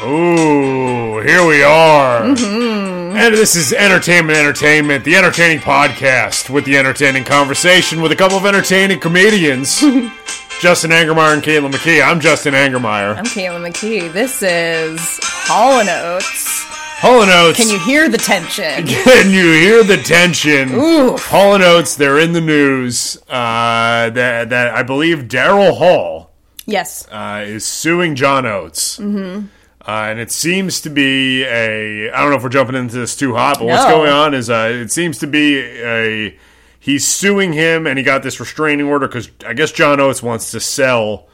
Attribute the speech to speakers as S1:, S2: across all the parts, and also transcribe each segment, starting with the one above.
S1: Ooh, here we are.
S2: Mm-hmm.
S1: And this is Entertainment Entertainment, the entertaining podcast with the entertaining conversation with a couple of entertaining comedians. Justin Angermeyer and Caitlin McKee. I'm Justin Angermeyer.
S2: I'm Kayla McKee. This is Hall and Oates.
S1: Hall and Oates.
S2: Can you hear the tension?
S1: Can you hear the tension?
S2: Ooh.
S1: Hall and Oates, they're in the news. Uh, that, that I believe Daryl Hall
S2: Yes.
S1: uh, is suing John Oates. Mm-hmm. Uh, and it seems to be a. I don't know if we're jumping into this too hot, but what's
S2: No.
S1: going on is uh, it seems to be a. He's suing him, and he got this restraining order because I guess John Oates wants to sell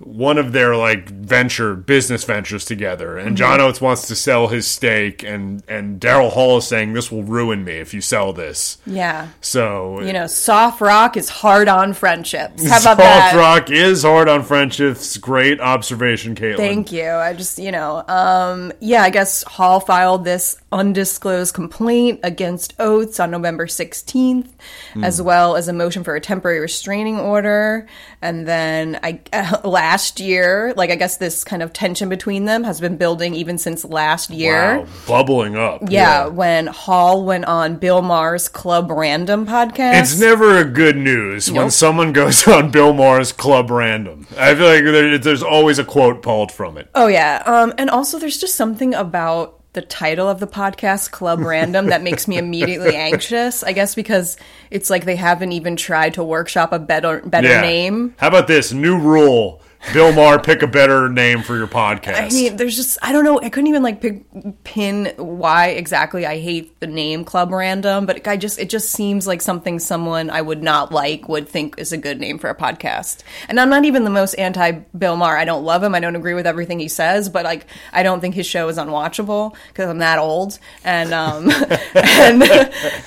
S1: one of their like venture business ventures together,
S2: Mm-hmm.
S1: and John Oates wants to sell his stake, and and Daryl Hall is saying this will ruin me if you sell this.
S2: Yeah.
S1: So
S2: You know, soft rock is hard on friendships. How
S1: Soft
S2: about that?
S1: rock is hard on friendships. Great observation, Caitlin.
S2: Thank you. I just, you know, um, yeah, I guess Hall filed this undisclosed complaint against Oates on November 16th,
S1: Hmm.
S2: as well as a motion for a temporary restraining order. And then I, last year, like, I guess this kind of tension between them has been building even since last year.
S1: Wow, bubbling up.
S2: Yeah, when Hall went on Bill Maher's Club Random podcast.
S1: It's never a good news when
S2: Nope.
S1: someone goes on Bill Maher's Club Random. I feel like there, there's always a quote pulled from it.
S2: Oh yeah, um, and also there's just something about the title of the podcast, Club Random, that makes me immediately anxious. I guess because it's like they haven't even tried to workshop a better better name.
S1: How about this new rule? Bill Maher, pick a better name for your podcast.
S2: I mean, there's just I don't know. I couldn't even like pick, pin why exactly I hate the name Club Random, but I just it just seems like something someone I would not like would think is a good name for a podcast. And I'm not even the most anti Bill Maher. I don't love him. I don't agree with everything he says, but like I don't think his show is unwatchable because I'm that old. And um and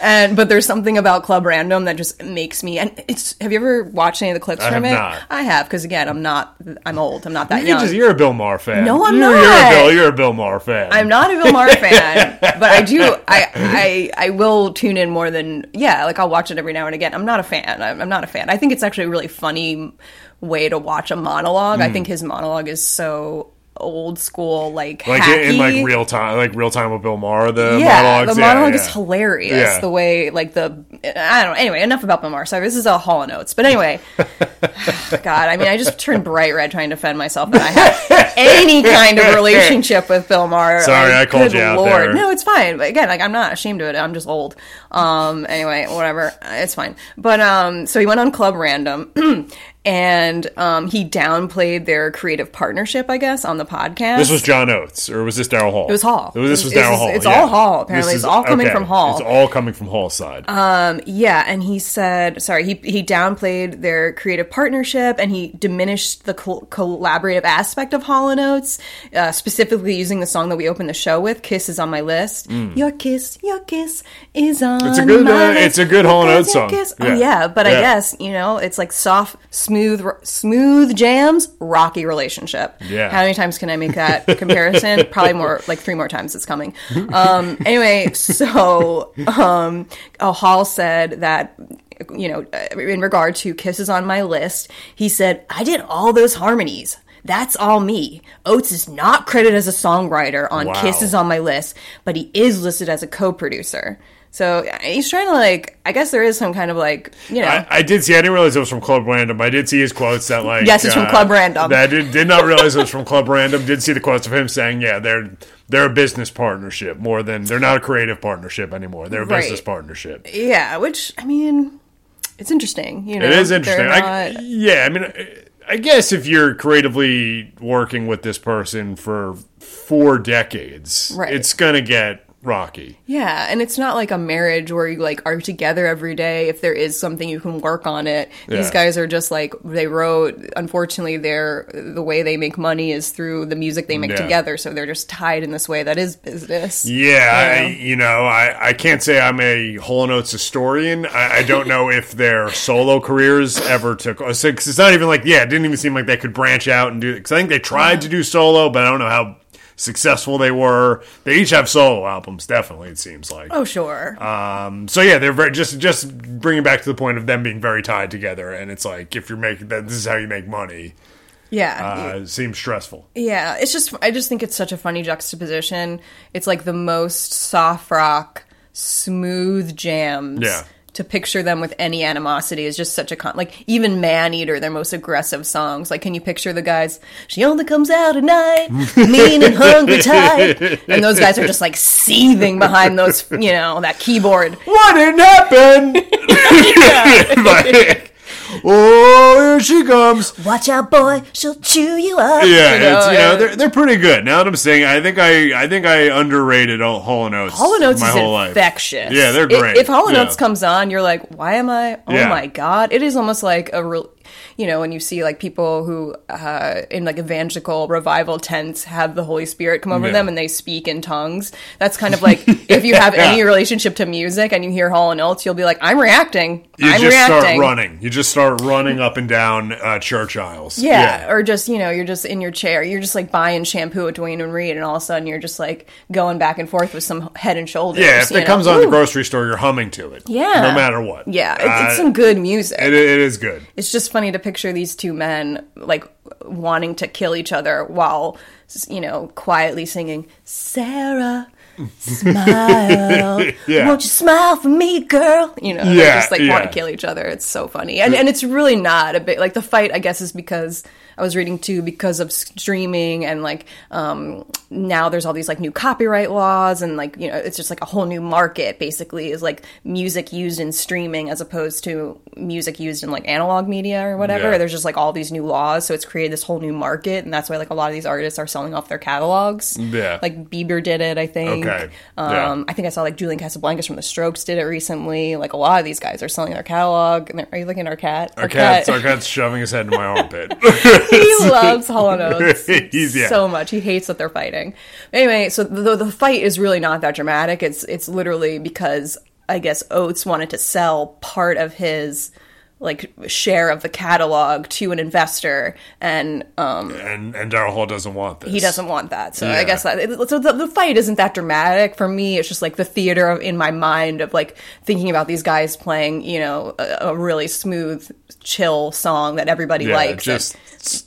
S2: and but there's something about Club Random that just makes me. And it's have you ever watched any of the clips
S1: I
S2: from
S1: have
S2: it?
S1: not.
S2: I have because again I'm not I'm old. I'm not that
S1: you're,
S2: young.
S1: just, you're a Bill Maher fan.
S2: No, I'm
S1: you're, You're a
S2: not.
S1: Bill, you're a Bill Maher fan.
S2: I'm not a Bill Maher fan, but I do. I, I I will tune in more than yeah. Like I'll watch it every now and again. I'm not a fan. I'm, I'm not a fan. I think it's actually a really funny way to watch a monologue.
S1: Mm.
S2: I think his monologue is so old school, like
S1: like
S2: hacky.
S1: in like real time, like real time with Bill Maher. The
S2: yeah,
S1: monologues,
S2: the
S1: yeah,
S2: monologue
S1: yeah.
S2: is hilarious.
S1: Yeah.
S2: The way, like the, I don't. know. Anyway, enough about Bill Maher. Sorry, this is a Hall and Oates. But anyway, God, I mean, I just turned bright red trying to defend myself that I have any kind of relationship with Bill Maher.
S1: Sorry, I called
S2: good
S1: you out
S2: Lord.
S1: there.
S2: No, it's fine. But again, like I'm not ashamed of it. I'm just old. Um. Anyway, whatever. It's fine. But um. So he went on Club Random. And um, he downplayed their creative partnership, I guess, on the podcast.
S1: This was John Oates, or was this Daryl Hall? It
S2: was Hall.
S1: This was
S2: It was-
S1: Daryl Hall.
S2: it's
S1: yeah.
S2: all Hall, apparently.
S1: This
S2: It's all coming from Hall.
S1: It's all coming from Hall's side.
S2: Yeah, and he said, sorry, he, he downplayed their creative partnership and he diminished the col- collaborative aspect of Hall & Oates, uh, specifically using the song that we opened the show with, Kiss is on my list. Your kiss, your kiss is on
S1: Mm. It's a good,
S2: my
S1: uh,
S2: list.
S1: it's a good Hall &
S2: Because
S1: Oates song.
S2: your kiss-
S1: Yeah.
S2: Oh, yeah, but I
S1: Yeah.
S2: guess, you know, it's like soft, smooth, r- smooth jams, rocky relationship.
S1: Yeah.
S2: How many times can I make that comparison? Probably more, like three more times it's coming. Um, anyway, so um, oh, Hall said that, you know, uh, in regard to Kisses on My List, he said, I did all those harmonies. That's all me. Oates is not credited as a songwriter on
S1: Wow.
S2: Kisses on My List, but he is listed as a co producer. So uh, he's trying to, like, I guess there is some kind of, like, you know.
S1: I, I did see. I didn't realize it was from Club Random. I did see his quotes that like. uh,
S2: Yes, it's from Club Random.
S1: That I did, did not realize it was from Club Random. Did see the quotes of him saying, "Yeah, they're they're a business partnership more than they're not a creative partnership anymore. They're a
S2: Right.
S1: business partnership."
S2: Yeah, which I mean, it's interesting. You know,
S1: It is
S2: They're
S1: interesting. I,
S2: not-
S1: yeah, I mean, I- I guess if you're creatively working with this person for four decades,
S2: Right.
S1: it's gonna get rocky.
S2: yeah, and it's not like a marriage where you like are together every day. If there is something you can work on it, these
S1: Yeah.
S2: guys are just like they wrote. Unfortunately, they're the way they make money is through the music they make
S1: Yeah.
S2: together. So they're just tied in this way that is business.
S1: Yeah, I,
S2: Yeah.
S1: you know, I, I can't say I'm a Hall and Oates historian. I, I don't know if their solo careers ever took. oh, Cause it's not even like yeah, it didn't even seem like they could branch out and do. Because I think they tried to do solo, but I don't know how successful they were. They each have solo albums, definitely. It seems like.
S2: Oh sure,
S1: Um, so yeah, they're very just just bringing back to the point of them being very tied together, and it's like if you're making that, this is how you make money.
S2: Yeah.
S1: Uh, seems stressful.
S2: Yeah, it's just I just think it's such a funny juxtaposition. It's like the most soft rock, smooth jams.
S1: Yeah.
S2: To picture them with any animosity is just such a con. Like even Man Eater, their most aggressive songs. Like, can you picture the guys? She only comes out at night, mean and hungry type. And those guys are just like seething behind those, you know, that keyboard.
S1: What didn't happen? Like, oh, here she comes.
S2: Watch out, boy, she'll chew you up.
S1: Yeah,
S2: You
S1: it's, you
S2: and-
S1: know they're, they're pretty good. Now that I'm saying, I think I I think I underrated all- Hall and Oates.
S2: Hall and Oates
S1: my
S2: is
S1: whole
S2: infectious.
S1: life. Yeah, they're
S2: I-
S1: great.
S2: If Hall and
S1: Yeah.
S2: Oates comes on, you're like, why am I? Oh
S1: Yeah.
S2: my god! It is almost like a real, you know, when you see like people who uh, in like evangelical revival tents have the Holy Spirit come over
S1: Yeah.
S2: them and they speak in tongues. That's kind of like if you have any relationship to music and you hear Hall and Oates, you'll be like, I'm reacting.
S1: you
S2: I'm
S1: just
S2: reacting.
S1: start running. You just start running up and down uh, church aisles.
S2: Yeah, or just you know, you're just in your chair, you're just like buying shampoo at Dwayne and Reed, and all of a sudden you're just like going back and forth with some head and shoulders.
S1: yeah. If
S2: you
S1: it
S2: know?
S1: comes on the
S2: Ooh.
S1: grocery store, you're humming to it.
S2: Yeah.
S1: no matter what.
S2: Yeah, it's, it's
S1: Uh,
S2: some good music.
S1: it, it is good.
S2: it's just funny to picture these two men like wanting to kill each other while s- you know quietly singing "Sarah, smile,
S1: Yeah.
S2: won't you smile for me, girl?" You know, they
S1: Yeah,
S2: just like
S1: yeah.
S2: want to kill each other. It's so funny, and and it's really not a bit like the fight. I guess is because I was reading too because of streaming and like um, now there's all these like new copyright laws and like you know it's just like a whole new market basically is like music used in streaming as opposed to music used in like analog media or whatever.
S1: Yeah.
S2: There's just like all these new laws, so it's created this whole new market, and that's why like a lot of these artists are selling off their catalogs.
S1: Yeah.
S2: like Bieber did it, I think.
S1: Okay.
S2: Um,
S1: Yeah.
S2: I think I saw like Julian Casablancas from The Strokes did it recently. Like a lot of these guys are selling their catalog. And they're- are you looking at our cat?
S1: Our cat's, our cat's shoving his head in my armpit.
S2: he loves Hollow Notes
S1: He's- yeah.
S2: so much. He hates that they're fighting. Anyway, so the, the fight is really not that dramatic. It's it's literally because I guess Oates wanted to sell part of his like share of the catalog to an investor, and um,
S1: and and Daryl Hall doesn't want this.
S2: he doesn't want that. So
S1: Yeah.
S2: I guess that it, so the, the fight isn't that dramatic for me. It's just like the theater of, in my mind of like thinking about these guys playing, you know, a, a really smooth, chill song that everybody
S1: Yeah,
S2: likes. and-
S1: just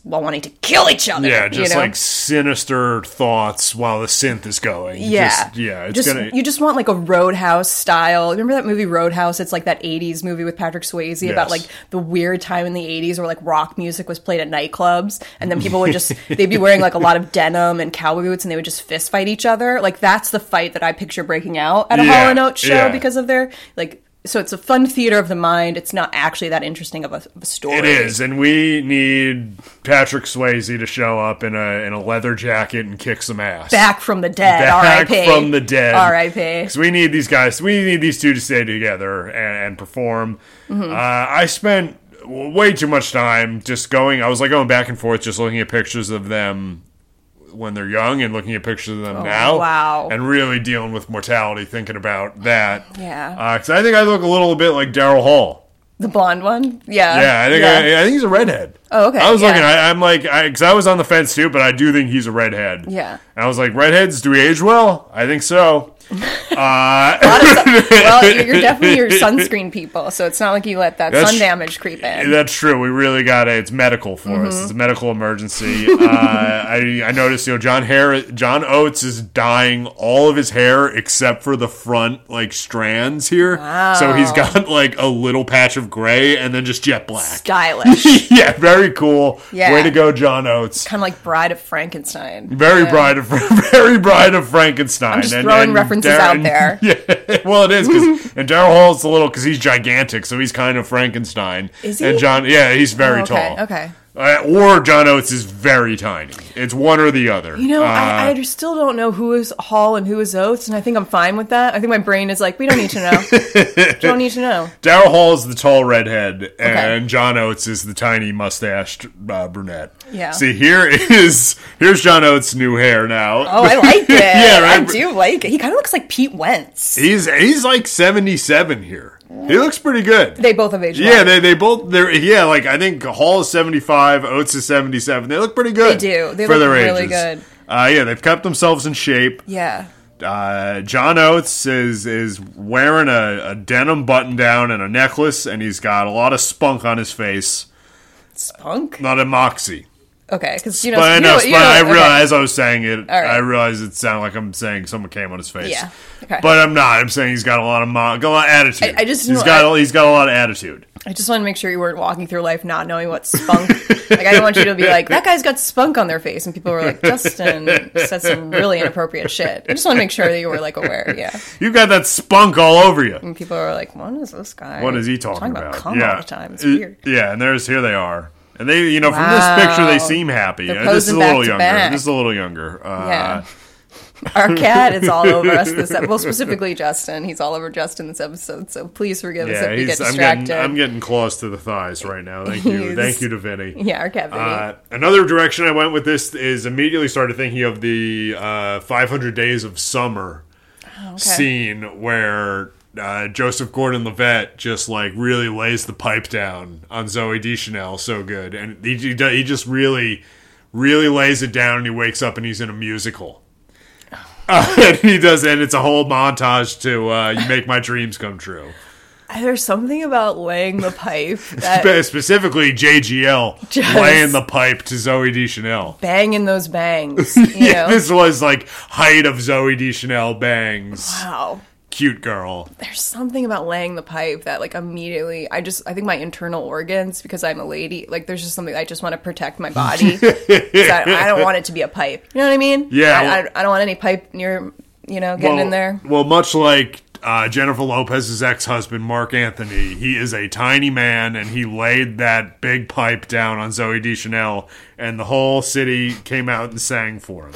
S2: while wanting to kill each other.
S1: yeah, just
S2: you know?
S1: like sinister thoughts while the synth is going.
S2: yeah,
S1: Just- yeah. It's
S2: Just-
S1: gonna.
S2: you just want like a Roadhouse style. Remember that movie Roadhouse? It's like that '80s movie with Patrick Swayze
S1: Yes.
S2: about like the weird time in the '80s where like rock music was played at nightclubs, and then people would just they'd be wearing like a lot of denim and cowboy boots, and they would just fist fight each other. Like that's the fight that I picture breaking out at a
S1: Yeah,
S2: Hall and Oates show
S1: yeah.
S2: because of their like. So it's a fun theater of the mind. It's not actually that interesting of a, of a story.
S1: It is, and we need Patrick Swayze to show up in a in a leather jacket and kick some ass.
S2: Back from the dead.
S1: Back
S2: R.I.P.
S1: from the dead.
S2: R.I.P.
S1: Because we need these guys. We need these two to stay together and, and perform.
S2: Mm-hmm.
S1: Uh, I spent w- way too much time just going. I was like going back and forth, just looking at pictures of them when they're young and looking at pictures of them now.
S2: Oh, wow.
S1: And really dealing with mortality, thinking about that.
S2: Yeah.
S1: Because I think I look a little bit like Daryl Hall.
S2: The blonde one? Uh, Yeah.
S1: Yeah, I think I, I think he's a redhead.
S2: Oh, okay,
S1: I was
S2: yeah.
S1: looking. I, I'm like, because I, was on the fence too, but I do think he's a redhead.
S2: Yeah.
S1: And I was like, redheads, do we age well? I think so.
S2: well, you're you're definitely your sunscreen people, so it's not like you let that
S1: That's-
S2: sun damage creep in.
S1: That's true. We really got it. It's medical for us. It's a medical emergency. uh, I I noticed, you know, John Hair, John Oates is dyeing all of his hair except for the front like strands here. So he's got like a little patch of gray and then just jet black.
S2: Stylish,
S1: yeah, very cool.
S2: Yeah.
S1: Way to go, John Oates.
S2: kind of like Bride of Frankenstein.
S1: Very bride of very bride of Frankenstein.
S2: just throwing references out there.
S1: Yeah, well, it is because and Daryl Hall's a little because he's gigantic, so he's kind of Frankenstein.
S2: Is
S1: And
S2: he?
S1: John, yeah, he's very
S2: Oh, okay,
S1: tall.
S2: okay.
S1: Uh, or John Oates is very tiny. It's one or the other.
S2: You know,
S1: Uh,
S2: I, I still don't know who is Hall and who is Oates, and I think I'm fine with that. I think my brain is like, we don't need to know. don't need to know.
S1: Daryl Hall is the tall redhead, and John Oates is the tiny mustached uh, brunette.
S2: Yeah.
S1: See, here is here's John Oates' new hair now.
S2: Oh, I like it.
S1: Yeah, right.
S2: I do like it. He kind of looks like Pete Wentz.
S1: He's he's like seventy seven here. He looks pretty good.
S2: They both have aged.
S1: Yeah,
S2: well.
S1: they they both they're yeah, like I think Hall is seventy five, Oates is seventy seven. They look pretty good.
S2: They do. They
S1: for
S2: look
S1: their
S2: really
S1: ages.
S2: good.
S1: Uh, yeah, they've kept themselves in shape.
S2: yeah.
S1: Uh, John Oates is is wearing a, a denim button down and a necklace, and he's got a lot of spunk on his face.
S2: Spunk.
S1: Not a moxie.
S2: Okay, because you know,
S1: But I
S2: you
S1: know,
S2: know,
S1: but
S2: you know-
S1: I
S2: okay.
S1: realize I was saying it.
S2: right.
S1: I realize it sounded like I'm saying someone came on his face.
S2: Yeah, okay.
S1: But I'm not. I'm saying he's got a lot of mo- got a lot of attitude.
S2: I- I just
S1: he's
S2: know-
S1: got
S2: I-
S1: he's got a lot of attitude.
S2: I just want to make sure you weren't walking through life not knowing what spunk. like I don't want you to be like that guy's got spunk on their face, and people were like Justin said some really inappropriate shit. I just want to make sure that you were like aware. Yeah,
S1: You got that spunk all over you.
S2: and people were like, "What is this guy?
S1: What is he talking,
S2: about?
S1: about?
S2: cum all the time. It's
S1: It-
S2: weird."
S1: Yeah, and there's here they are. And they, you know, from
S2: Wow.
S1: this picture, they seem happy.
S2: They're
S1: Uh, This is a
S2: posing back
S1: little
S2: to
S1: younger.
S2: back.
S1: This is a little younger. Uh,
S2: Yeah. Our cat is all over us this episode. Well, specifically Justin. He's all over Justin this episode. So please forgive us
S1: yeah,
S2: if we get
S1: he's, I'm
S2: distracted.
S1: getting, I'm getting close to the thighs right now. Thank you,
S2: He's-
S1: thank you to Vinny.
S2: yeah, our cat. Vinny.
S1: Uh, another direction I went with this is immediately started thinking of the uh, 500 Days of Summer
S2: Oh,
S1: scene where uh, Joseph Gordon-Levitt just like really lays the pipe down on Zoe Deschanel so good, and he he, do- he just really, really lays it down, and he wakes up and he's in a musical.
S2: Oh.
S1: Uh, and he does, and it's a whole montage to uh, "You Make My Dreams Come True."
S2: Uh, There's something about laying the pipe that
S1: Spe- specifically, JGL
S2: Just-
S1: laying the pipe to Zoe Deschanel.
S2: banging those bangs. You
S1: yeah,
S2: know?
S1: this was like height of Zoe Deschanel bangs,
S2: wow.
S1: cute girl.
S2: There's something about laying the pipe that like immediately I just I think my internal organs because I'm a lady like there's just something I just want to protect my body 'Cause I, I don't want it to be a pipe you know what I mean
S1: Yeah,
S2: I,
S1: well-
S2: I, I don't want any pipe near you know getting in there
S1: Well, much like uh, Jennifer Lopez's ex-husband Mark Anthony, he is a tiny man, and he laid that big pipe down on Zoe Deschanel, and the whole city came out and sang for him.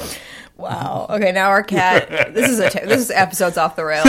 S2: Wow. Okay, now our cat. This is a t- this is episodes off the rails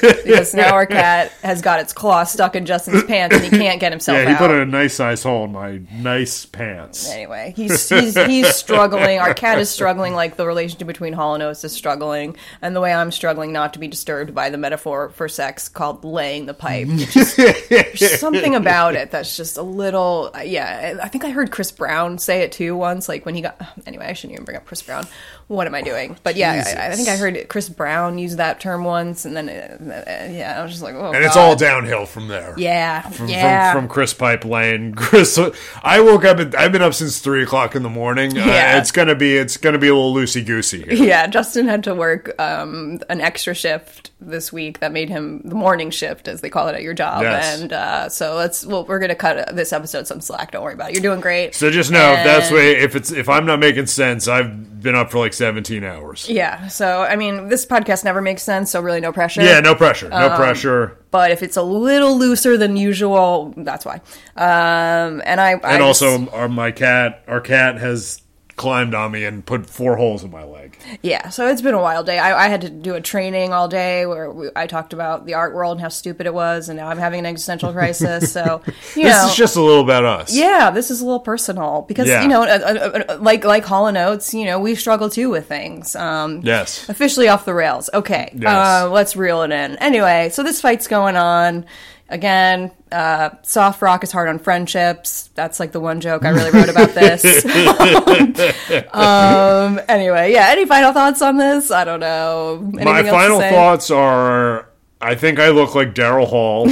S2: because now our cat has got its claw stuck in Justin's pants and he can't get himself
S1: Yeah, he
S2: out.
S1: put a nice sized hole in my nice pants.
S2: anyway, he's, he's he's struggling. Our cat is struggling. Like the relationship between Hall and Oates is struggling, and the way I'm struggling not to be disturbed by the metaphor for sex called laying the pipe. It's just- there's something about it that's just a little. Yeah, I think I heard Chris Brown say it too once. Like when he got. Anyway, I shouldn't even bring up Chris Brown. What am I doing? But yeah, I, I think I heard Chris Brown use that term once, and then uh, uh, yeah, I was just like, oh,
S1: And it's all downhill from there.
S2: yeah, yeah.
S1: from, from Chris Pipeline. Chris, I woke up. At, I've been up since three o'clock in the morning.
S2: Yeah.
S1: Uh, it's gonna be. It's gonna be a little loosey goosey. here.
S2: Yeah, Justin had to work um, an extra shift this week that made him the morning shift, as they call it at your job.
S1: Yes.
S2: And uh, so let's well, we're gonna cut this episode some slack. Don't worry about it. You're doing great.
S1: So just know if that's
S2: And-
S1: way if it's if I'm not making sense, I've been up for like 17 hours.
S2: yeah. So I mean, this podcast never makes sense. So really, no pressure.
S1: Yeah, no pressure,
S2: Um,
S1: no pressure,
S2: But if it's a little looser than usual, that's why. Um, and I, I
S1: and
S2: just-
S1: also our my cat, our cat has climbed on me and put four holes in my leg.
S2: Yeah, so it's been a wild day. I, I had to do a training all day where we, I talked about the art world and how stupid it was, and now I'm having an existential crisis. So, you
S1: This
S2: know,
S1: is just a little about us.
S2: yeah, this is a little personal because
S1: Yeah.
S2: you know, uh, uh, uh, like like Hall and Oates, you know, we struggle too with things. Um,
S1: Yes.
S2: officially off the rails. Okay,
S1: Yes.
S2: uh, let's reel it in. Anyway, so this fight's going on. Again, uh, soft rock is hard on friendships. That's like the one joke I really wrote about this. um, anyway, yeah. Any final thoughts on this? I don't know. Anything
S1: My
S2: else to
S1: final
S2: say?
S1: thoughts are I think I look like Daryl Hall,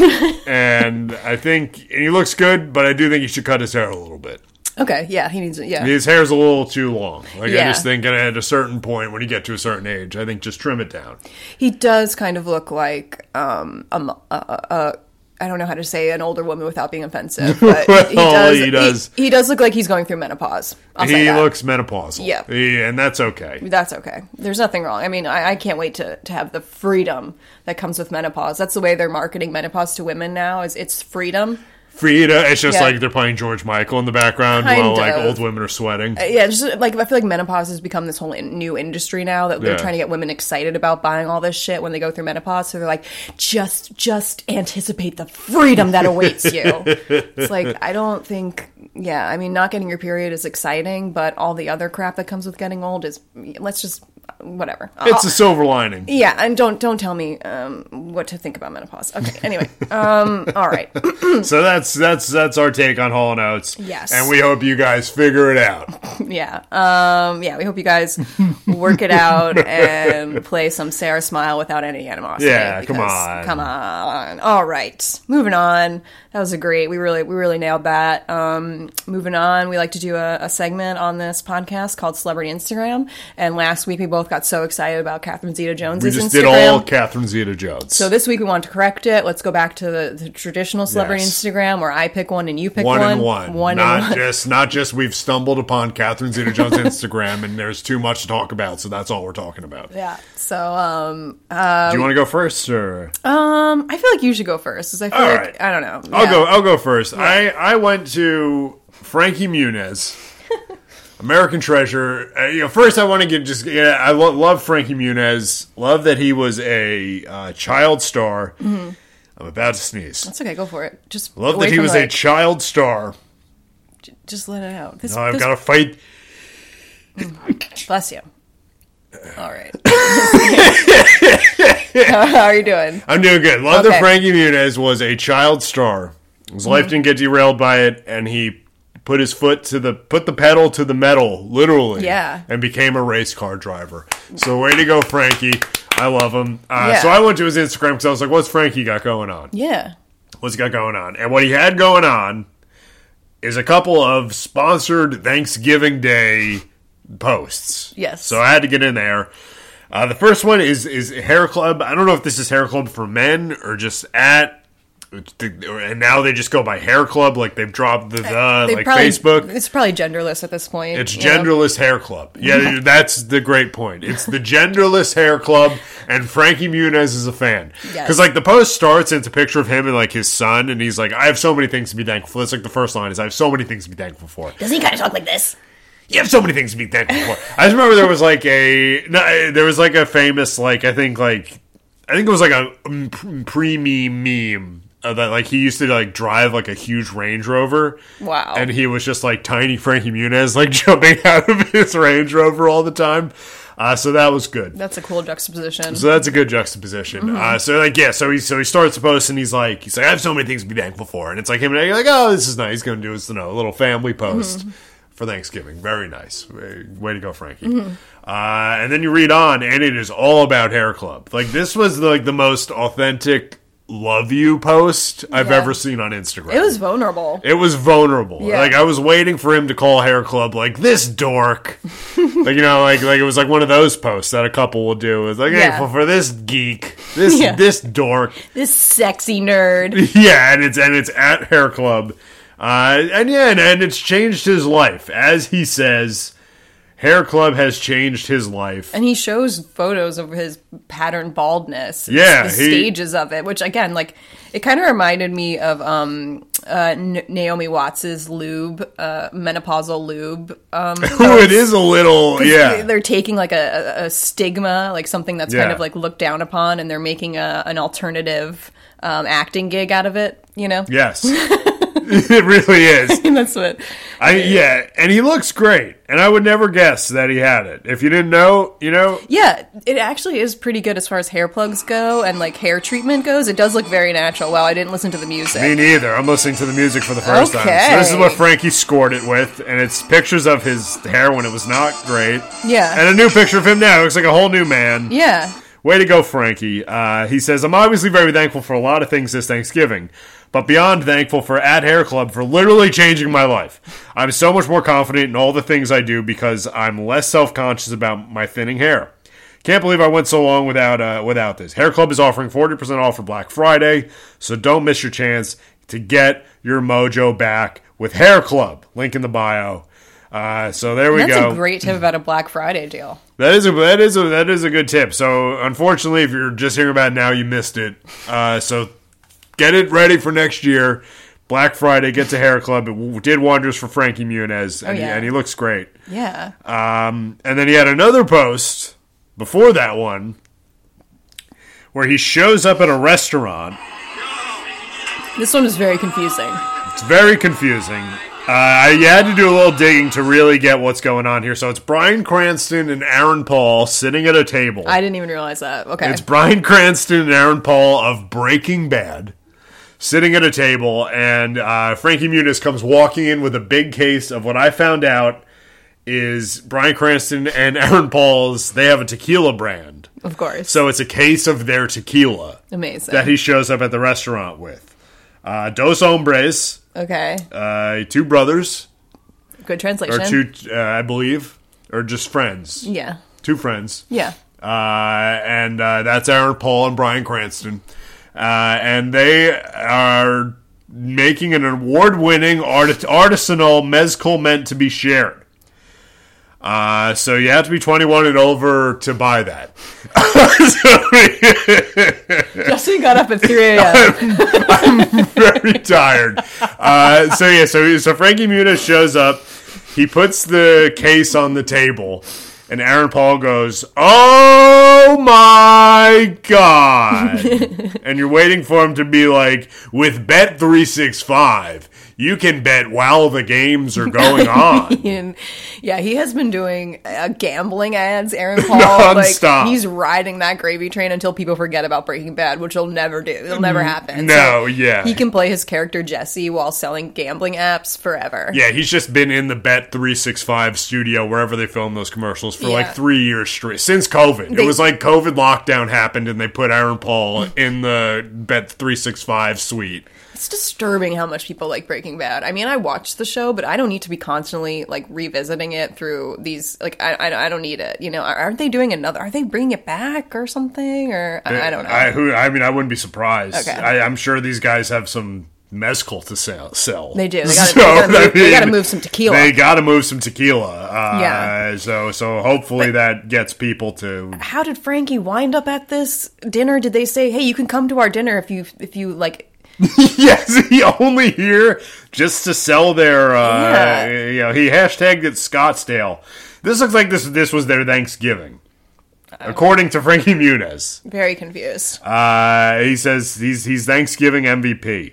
S1: and I think and he looks good, but I do think he should cut his hair a little bit.
S2: Okay. Yeah, he needs. Yeah.
S1: His hair's a little too long. Like I
S2: Yeah.
S1: just think at a certain point, when you get to a certain age, I think just trim it down.
S2: He does kind of look like um a, mo- a, a, a I don't know how to say an older woman without being offensive, but he, he
S1: Well,
S2: does.
S1: he
S2: He
S1: does.
S2: He, does look like he's going through menopause. I'll say
S1: he
S2: that.
S1: looks menopausal.
S2: Yeah.
S1: He- and that's okay.
S2: That's okay. There's nothing wrong. I mean, I, I can't wait to, to have the freedom that comes with menopause. That's the way they're marketing menopause to women now. Is it's freedom.
S1: Frida, it's just
S2: Yeah.
S1: like they're playing George Michael in the background
S2: Kind
S1: while like
S2: of.
S1: old women are sweating.
S2: Yeah, it's just like I feel like menopause has become this whole in- new industry now that they're
S1: Yeah.
S2: trying to get women excited about buying all this shit when they go through menopause. So they're like, just just anticipate the freedom that awaits you. it's like I don't think. Yeah, I mean, not getting your period is exciting, but all the other crap that comes with getting old is. Let's just whatever. Uh,
S1: It's a silver lining.
S2: Yeah, and don't don't tell me um, what to think about menopause. Okay, anyway, um, all right.
S1: So that's that's that's our take on Hall and Oates.
S2: Yes.
S1: and we hope you guys figure it out.
S2: Yeah, um, yeah. We hope you guys work it out and play some Sarah Smile without any animosity.
S1: Yeah, come
S2: because-
S1: on.
S2: come on. All right, moving on. That was a great. We really we really nailed that. Um, moving on, we like to do a, a segment on this podcast called Celebrity Instagram. And last week we both got so excited about Catherine Zeta Jones.
S1: We just did all Catherine Zeta-Jones.
S2: So this week we wanted to correct it. Let's go back to the, the traditional celebrity
S1: Yes.
S2: Instagram where I pick one and you pick one.
S1: one and one,
S2: One
S1: not
S2: and one.
S1: just not just we've stumbled upon Catherine Zeta-Jones Instagram, and there's too much to talk about, so that's all we're talking about.
S2: Yeah. So um
S1: Do you want to go first, or
S2: um I feel like you should go first cuz I feel
S1: All
S2: like
S1: right.
S2: I don't know.
S1: I'll
S2: Yeah.
S1: go. I'll go first. I I went to Frankie Muniz, American Treasure. Uh, you know, first I want to give just yeah, I lo- love Frankie Muniz. Love that he was a uh, child star. I'm about to sneeze.
S2: It's okay, go for it. Just
S1: Love
S2: Mm-hmm. away
S1: that he
S2: from
S1: was
S2: the
S1: a
S2: mic.
S1: child star.
S2: J- just let it out. This,
S1: Now I've
S2: this-
S1: got to fight.
S2: bless you. All right. How are you doing?
S1: I'm doing good. Love that
S2: Okay. Mm-hmm.
S1: Frankie Muniz was a child star. His life didn't get derailed by it, and he put his foot to the put the pedal to the metal, literally.
S2: Yeah.
S1: And became a race car driver. So way to go, Frankie. I love him. Uh,
S2: Yeah.
S1: So I went to his Instagram because I was like, "What's Frankie got going on?
S2: Yeah.
S1: What's he got going on?" And what he had going on is a couple of sponsored Thanksgiving Day posts.
S2: Yes.
S1: So I had to get in there. Uh, the first one is is Hair Club. I don't know if this is Hair Club for men or just at. And now they just go by Hair Club, like they've dropped the, the
S2: Uh, They
S1: like
S2: probably-
S1: Facebook.
S2: It's probably genderless at this point.
S1: It's
S2: you know?
S1: genderless hair club. Yeah, that's the great point. It's the genderless hair club, and Frankie Muniz is a fan because
S2: Yes.
S1: like the post starts and it's a picture of him and like his son, and he's like, "I have so many things to be thankful." It's like the first line is, "I have so many things to be thankful for."
S2: Does he kind of talk like this?
S1: you have so many things to be thankful for. I just remember there was like a no, there was like a famous like I think like I think it was like a pre meme meme of that like he used to like drive like a huge Range Rover.
S2: Wow.
S1: And he was just like tiny Frankie Muniz like jumping out of his Range Rover all the time. Uh, so that was good.
S2: That's a cool juxtaposition.
S1: So that's a good juxtaposition.
S2: Mm-hmm.
S1: Uh, so like yeah, so he so he starts the post and he's like he's like I have so many things to be thankful for, and it's like him and I are like oh this is nice. He's gonna do his you know little family post
S2: Mm-hmm.
S1: for Thanksgiving. Very nice. Way, way to go, Frankie.
S2: Mm-hmm.
S1: Uh, and then you read on, and it is all about Hair Club. Like this was like the most authentic love you post I've
S2: Yeah.
S1: ever seen on Instagram.
S2: It was vulnerable.
S1: It was vulnerable.
S2: Yeah.
S1: Like I was waiting for him to call Hair Club like this dork. like you know, like like it was like one of those posts that a couple will do. It's like hey,
S2: Yeah.
S1: for, for this geek, this
S2: Yeah.
S1: this dork.
S2: This sexy nerd.
S1: yeah, and it's and it's at Hair Club. Uh, and yeah, and, and it's changed his life. As he says, Hair Club has changed his life.
S2: And he shows photos of his pattern baldness.
S1: Yeah,
S2: The
S1: he-
S2: stages of it, which again, like, it kind of reminded me of um, uh, N- Naomi Watts's lube, uh, menopausal lube. Um,
S1: Ooh, it is a little yeah.
S2: They're taking like a, a- a stigma, like something that's kind
S1: Yeah.
S2: of like looked down upon, and they're making a, an alternative um, acting gig out of it, you know?
S1: yes. it really is.
S2: that's what.
S1: I yeah, and he looks great. And I would never guess that he had it. If you didn't know, you know,
S2: Yeah, it actually is pretty good as far as hair plugs go and like hair treatment goes. It does look very natural. Wow, I didn't listen to the music.
S1: me neither. I'm listening to the music for the first time. So this is
S2: Okay.
S1: what Frankie scored it with, and it's pictures of his hair when it was not great.
S2: Yeah.
S1: And a new picture of him now. It looks like a whole new man.
S2: yeah.
S1: Way to go, Frankie. Uh, he says, I'm obviously very thankful for a lot of things this Thanksgiving, but beyond thankful for At Hair Club for literally changing my life. I'm so much more confident in all the things I do because I'm less self conscious about my thinning hair. Can't believe I went so long without uh, without this. Hair Club is offering 40% off for Black Friday, so don't miss your chance to get your mojo back with Hair Club. Link in the bio. Uh, so there we
S2: That's
S1: go.
S2: a great tip about a Black Friday deal.
S1: That is a that is a that is a good tip. So unfortunately, if you're just hearing about it now, you missed it. Uh, so get it ready for next year, Black Friday. Get to Hair Club. It w- did wonders for Frankie Muniz, and, he-
S2: yeah.
S1: and he looks great.
S2: Yeah.
S1: Um, and then he had another post before that one where he shows up at a restaurant.
S2: This one was very confusing.
S1: It's very confusing. Uh, I you had to do a little digging to really get what's going on here. So it's Brian Cranston and Aaron Paul sitting at a table.
S2: I didn't even realize that. Okay.
S1: It's Brian Cranston and Aaron Paul of Breaking Bad sitting at a table, and uh, Frankie Muniz comes walking in with a big case of what I found out is Brian Cranston and Aaron Paul's. They have a tequila brand,
S2: of course.
S1: so it's a case of their tequila
S2: Amazing.
S1: that he shows up at the restaurant with. Uh, Dos hombres,
S2: okay.
S1: uh, two brothers,
S2: Good
S1: or
S2: translation.
S1: two, uh, I believe, or just friends,
S2: yeah.
S1: two friends.
S2: Yeah.
S1: Uh, and uh, that's Aaron Paul and Brian Cranston. Uh, and they are making an award winning art- artisanal mezcal meant to be shared. Uh, so you have to be 21 and over to buy that.
S2: Justin got up at 3 a.m.
S1: very tired. Uh, so yeah, so so Frankie Muniz shows up. He puts the case on the table, and Aaron Paul goes, "Oh my god!" and you're waiting for him to be like, "With Bet three six five, you can bet while the games are going on."
S2: And yeah, he has been doing uh, gambling ads. Aaron Paul,
S1: Nonstop.
S2: like he's riding that gravy train until people forget about Breaking Bad, which he'll never do. It'll never happen.
S1: no, yeah.
S2: He can play his character Jesse while selling gambling apps forever.
S1: yeah, he's just been in the Bet three six five studio wherever they film those commercials for like
S2: Yeah.
S1: three years straight since COVID. it
S2: They-
S1: was like COVID lockdown happened, and they put Aaron Paul in the Bet three six five suite.
S2: It's disturbing how much people like Breaking Bad. I mean, I watched the show, but I don't need to be constantly like revisiting it through these. Like, I, I, I don't need it. You know, aren't they doing another? Are they bringing it back or something? Or I, I don't know.
S1: I, who, I mean, I wouldn't be surprised.
S2: Okay.
S1: I, I'm sure these guys have some mezcal to sell. sell.
S2: They do. They gotta- they gotta move- they gotta move some tequila.
S1: They got to move some tequila. Uh,
S2: Yeah.
S1: So so hopefully that gets people to
S2: how did Frankie wind up at this dinner? Did they say, "Hey, you can come to our dinner if you if you like"?
S1: yes, he only here just to sell their. Uh,
S2: Yeah.
S1: You know, he hashtagged it Scottsdale. This looks like this. This was their Thanksgiving,
S2: Uh,
S1: according to Frankie Muniz.
S2: Very confused.
S1: Uh, he says he's he's Thanksgiving MVP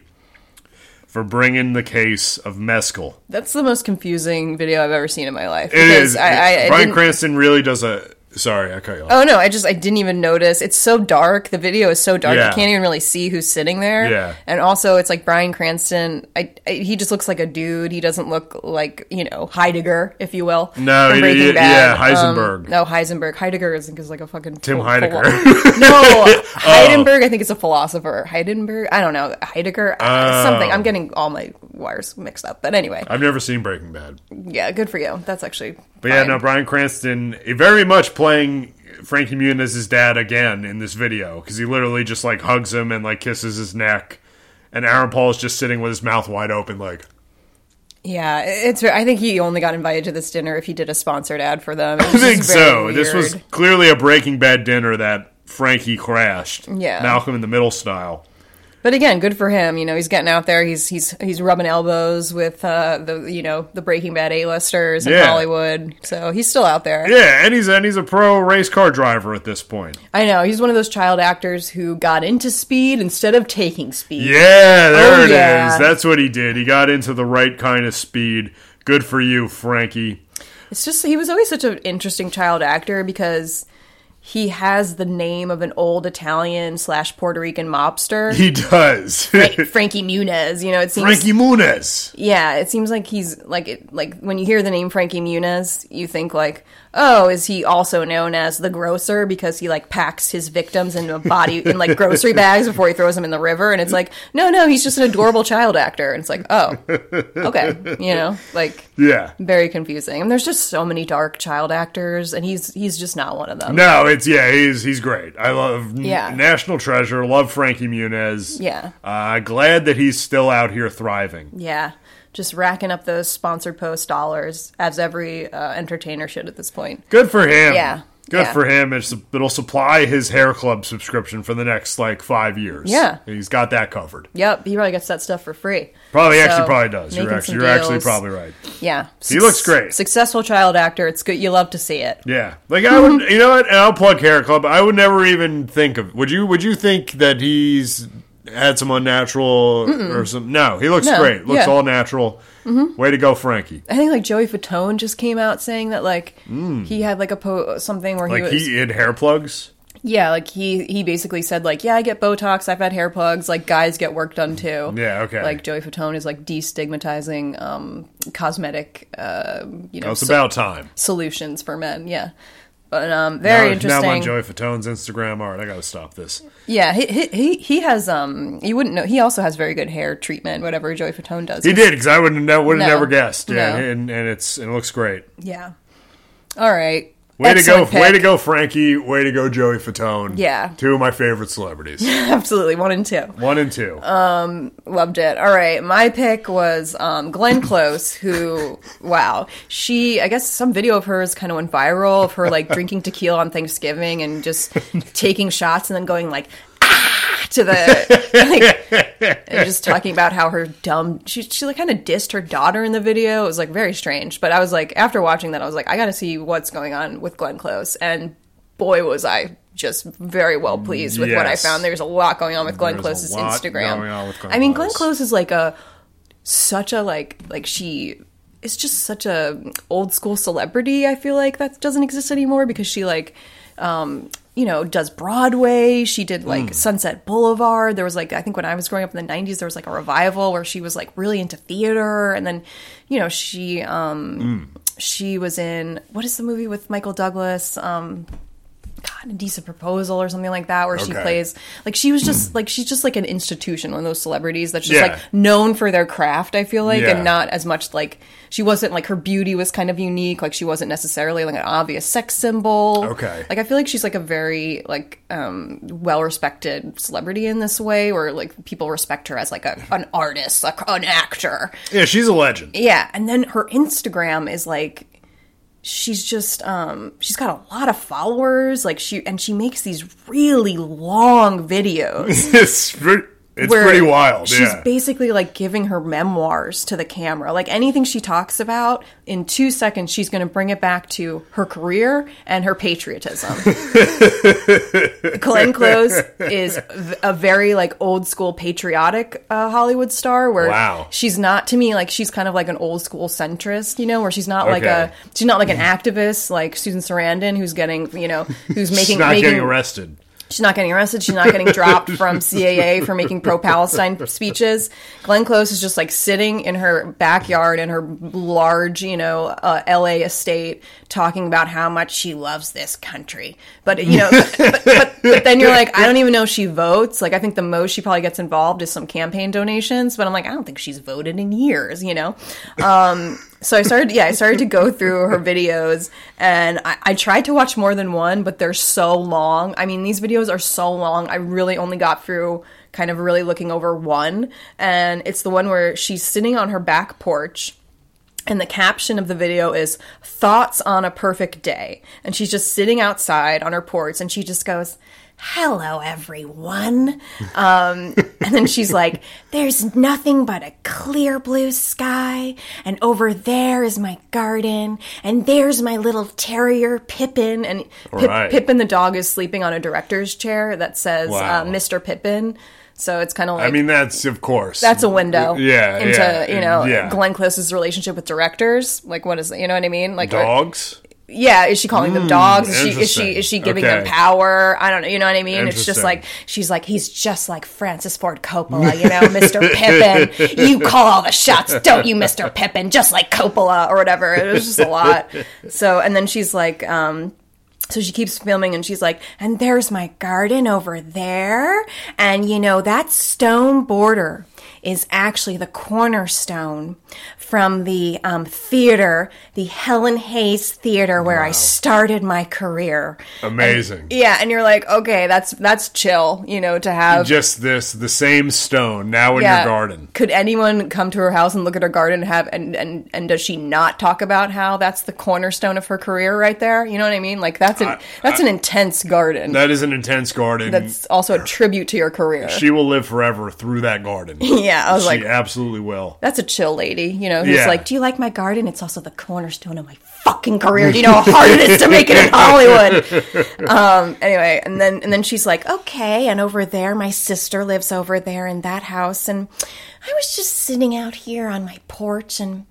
S1: for bringing the case of mezcal.
S2: That's the most confusing video I've ever seen in my life.
S1: It
S2: because
S1: is.
S2: I, I, I
S1: Brian
S2: didn't-
S1: Cranston really does a. Sorry, I cut you off.
S2: Oh no! I just I didn't even notice. It's so dark. The video is so dark.
S1: Yeah.
S2: You can't even really see who's sitting there.
S1: Yeah.
S2: And also, it's like Brian Cranston. I, I he just looks like a dude. He doesn't look like you know Heidegger, if you will.
S1: No,
S2: from
S1: y-
S2: Breaking
S1: y-
S2: Bad.
S1: yeah,
S2: Um,
S1: Heisenberg.
S2: no, Heisenberg. Heidegger is is like a fucking
S1: Tim Oh.
S2: ph-
S1: Heidegger.
S2: philo- no, Heidenberg. I think it's a philosopher. Heidenberg. I don't know. Heidegger. Uh, something.
S1: Oh.
S2: I'm getting all my wires mixed up. But anyway,
S1: I've never seen Breaking Bad.
S2: yeah, good for you. That's actually.
S1: But yeah, no, Brian Cranston eh, very much playing Frankie Muniz's dad again in this video because he literally just like hugs him and like kisses his neck, and Aaron Paul's just sitting with his mouth wide open, like
S2: Yeah, it's. I think he only got invited to this dinner if he did a sponsored ad for them.
S1: I think so. This was clearly a Breaking Bad dinner that Frankie crashed,
S2: Yeah.
S1: Malcolm in the Middle style.
S2: but again, good for him. You know, he's getting out there. He's he's he's rubbing elbows with uh, the you know the Breaking Bad A-listers in
S1: Yeah.
S2: Hollywood. So he's still out there.
S1: Yeah, and he's and he's a pro race car driver at this point.
S2: I know he's one of those child actors who got into speed instead of taking speed.
S1: Yeah, there
S2: Oh,
S1: it is.
S2: yeah.
S1: That's what he did. He got into the right kind of speed. Good for you, Frankie.
S2: It's just he was always such an interesting child actor because he has the name of an old Italian slash Puerto Rican mobster.
S1: He does.
S2: Frankie Muniz, you know, it seems
S1: Frankie Muniz.
S2: Yeah, it seems like he's like it, like when you hear the name Frankie Muniz, you think like, oh, is he also known as the grocer because he like packs his victims in a body in like grocery bags before he throws them in the river? And it's like, no, no, he's just an adorable child actor. And it's like, oh, okay, you know, like
S1: Yeah.
S2: very confusing. And there's just so many dark child actors, and he's he's just not one of them.
S1: No, it's yeah, he's he's great. I love
S2: Yeah.
S1: National Treasure. Love Frankie Muniz.
S2: Yeah.
S1: Uh, glad that he's still out here thriving.
S2: Yeah. Just racking up those sponsored post dollars, as every uh, entertainer should at this point.
S1: Good for him.
S2: Yeah.
S1: Good
S2: Yeah.
S1: for him. It's, it'll supply his hair club subscription for the next like five years.
S2: Yeah.
S1: He's got that covered.
S2: Yep, he probably gets that stuff for free.
S1: Probably
S2: So,
S1: actually probably does. You're
S2: making
S1: actually
S2: some
S1: you're actually
S2: deals.
S1: probably right.
S2: yeah.
S1: He looks great.
S2: Successful child actor. It's good. You love to see it.
S1: Yeah. Like I would you know what? And I'll plug Hair Club. I would never even think of would you would you think that he's had some unnatural or some. No, he looks
S2: No,
S1: great. Looks
S2: yeah. Mm-hmm.
S1: all natural. Way to go, Frankie.
S2: I think like Joey Fatone just came out saying that like he had like a po- something where
S1: Hmm. Like
S2: he was
S1: he had hair plugs.
S2: yeah like he he basically said like yeah I get Botox I've had hair plugs like guys get work done too
S1: Mm-hmm. Yeah, okay.
S2: like Joey Fatone is like destigmatizing um cosmetic uh you know
S1: It's
S2: so-
S1: about time.
S2: solutions for men yeah but um very
S1: now,
S2: interesting
S1: Now I'm on Joey Fatone's Instagram. All right, I got to stop this.
S2: yeah he, he he he has um you wouldn't know he also has very good hair treatment whatever Joey Fatone does
S1: He did because I would have would have
S2: No.
S1: never guessed. Yeah,
S2: No.
S1: and, and it's and it looks great.
S2: yeah all right
S1: Way
S2: Excellent
S1: to go! Way
S2: pick.
S1: to go, Frankie! Way to go, Joey Fatone!
S2: Yeah.
S1: two of my favorite celebrities.
S2: absolutely one and two
S1: One and two.
S2: Uh, Loved it. All right, my pick was um, Glenn Close, who wow, she I guess some video of hers kind of went viral of her like drinking tequila on Thanksgiving and just taking shots and then going like ah to the like, and just talking about how her dumb she she like kind of dissed her daughter in the video. It was like very strange, but I was like after watching that I was like I got to see what's going on with Glenn Close and boy was I just very well pleased with what I
S1: Yes.
S2: found. There's a lot going on with Glenn
S1: There's
S2: Close's
S1: a lot
S2: Instagram.
S1: going on with Glenn
S2: I mean,
S1: Close.
S2: Glenn Close is like a such a like like she is just such a old school celebrity. I feel like that doesn't exist anymore because she like um you know does Broadway. She did
S1: Hmm.
S2: like Sunset Boulevard. There was like I think when I was growing up in the 90s there was like a revival where she was like really into theater and then you know she um
S1: Hmm.
S2: she was in what is the movie with Michael Douglas um God, indecent proposal or something like that, where she
S1: Okay. Hmm.
S2: plays like she was just like she's just like an institution, one of those celebrities that's just
S1: Yeah.
S2: like known for their craft. I feel like,
S1: Yeah.
S2: and not as much like she wasn't like her beauty was kind of unique. Like she wasn't necessarily like an obvious sex symbol.
S1: Okay.
S2: like I feel like she's like a very like um well respected celebrity in this way, where like people respect her as like a, an artist, like an actor.
S1: yeah, she's a legend.
S2: Yeah, and then her Instagram is like she's just um she's got a lot of followers like she and she makes these really long videos
S1: it's pretty, it's
S2: where
S1: pretty wild.
S2: She's
S1: yeah.
S2: basically like giving her memoirs to the camera. Like anything she talks about in two seconds, she's going to bring it back to her career and her patriotism. Glenn Close is v- a very like old school patriotic uh, Hollywood star. Where
S1: Wow.
S2: she's not to me like she's kind of like an old school centrist, you know, where she's not like
S1: Okay.
S2: a she's not like an activist like Susan Sarandon who's getting you know who's making
S1: she's not
S2: making
S1: getting arrested.
S2: She's not getting arrested. She's not getting dropped from CAA for making pro Palestine speeches. Glenn Close is just like sitting in her backyard in her large, you know, uh, LA estate talking about how much she loves this country. But, you know, but, but, but then you're like, I don't even know if she votes. Like, I think the most she probably gets involved is some campaign donations. But I'm like, I don't think she's voted in years, you know? so I started, yeah, I started to go through her videos, and I, I tried to watch more than one, but they're so long. I mean, these videos are so long. I really only got through kind of really looking over one, and it's the one where she's sitting on her back porch. And the caption of the video is Thoughts on a Perfect Day. And she's just sitting outside on her porch and she just goes, Hello, everyone. Um, And then she's like, There's nothing but a clear blue sky, and over there is my garden, and there's my little terrier, Pippin. And Pip-
S1: Right.
S2: Pippin, the dog, is sleeping on a director's chair that says
S1: Wow.
S2: uh, Mr. Pippin. So it's kind of like.
S1: I mean, that's of course.
S2: that's a window
S1: Yeah,
S2: into
S1: yeah,
S2: you know
S1: yeah.
S2: Glenn Close's relationship with directors. Like, what is it? You know what I mean? Like, are-
S1: dogs.
S2: yeah, is she calling them dogs? Is she is
S1: interesting.
S2: she is she giving them
S1: Okay.
S2: power? I don't know. You know what I mean? It's just
S1: Interesting.
S2: like she's like he's just like Francis Ford Coppola, you know, Mr. Pippin. You call all the shots, don't you, Mr. Pippin? Just like Coppola or whatever. It was just a lot. So and then she's like. um so she keeps filming and she's like, and there's my garden over there. And you know, that stone border is actually the cornerstone from the um, theater, the Helen Hayes Theater, where I started my career.
S1: Amazing.
S2: Yeah, and you're like, okay, that's that's chill, you know, to have.
S1: Just this, the same stone now in
S2: yeah.
S1: your garden.
S2: Could anyone come to her house and look at her garden and have and, and and does she not talk about how that's the cornerstone of her career right there? You know what I mean? Like that's an that's an intense garden.
S1: That is an intense garden.
S2: that's also a tribute to your career.
S1: she will live forever through that garden.
S2: Yeah, I was
S1: she
S2: like,
S1: absolutely will.
S2: that's a chill lady, you know, who's
S1: Yeah.
S2: like, Do you like my garden? It's also the cornerstone of my fucking career. Do you know how hard it is to make it in Hollywood? Um, anyway, and then and then she's like, Okay, and over there my sister lives over there in that house and I was just sitting out here on my porch and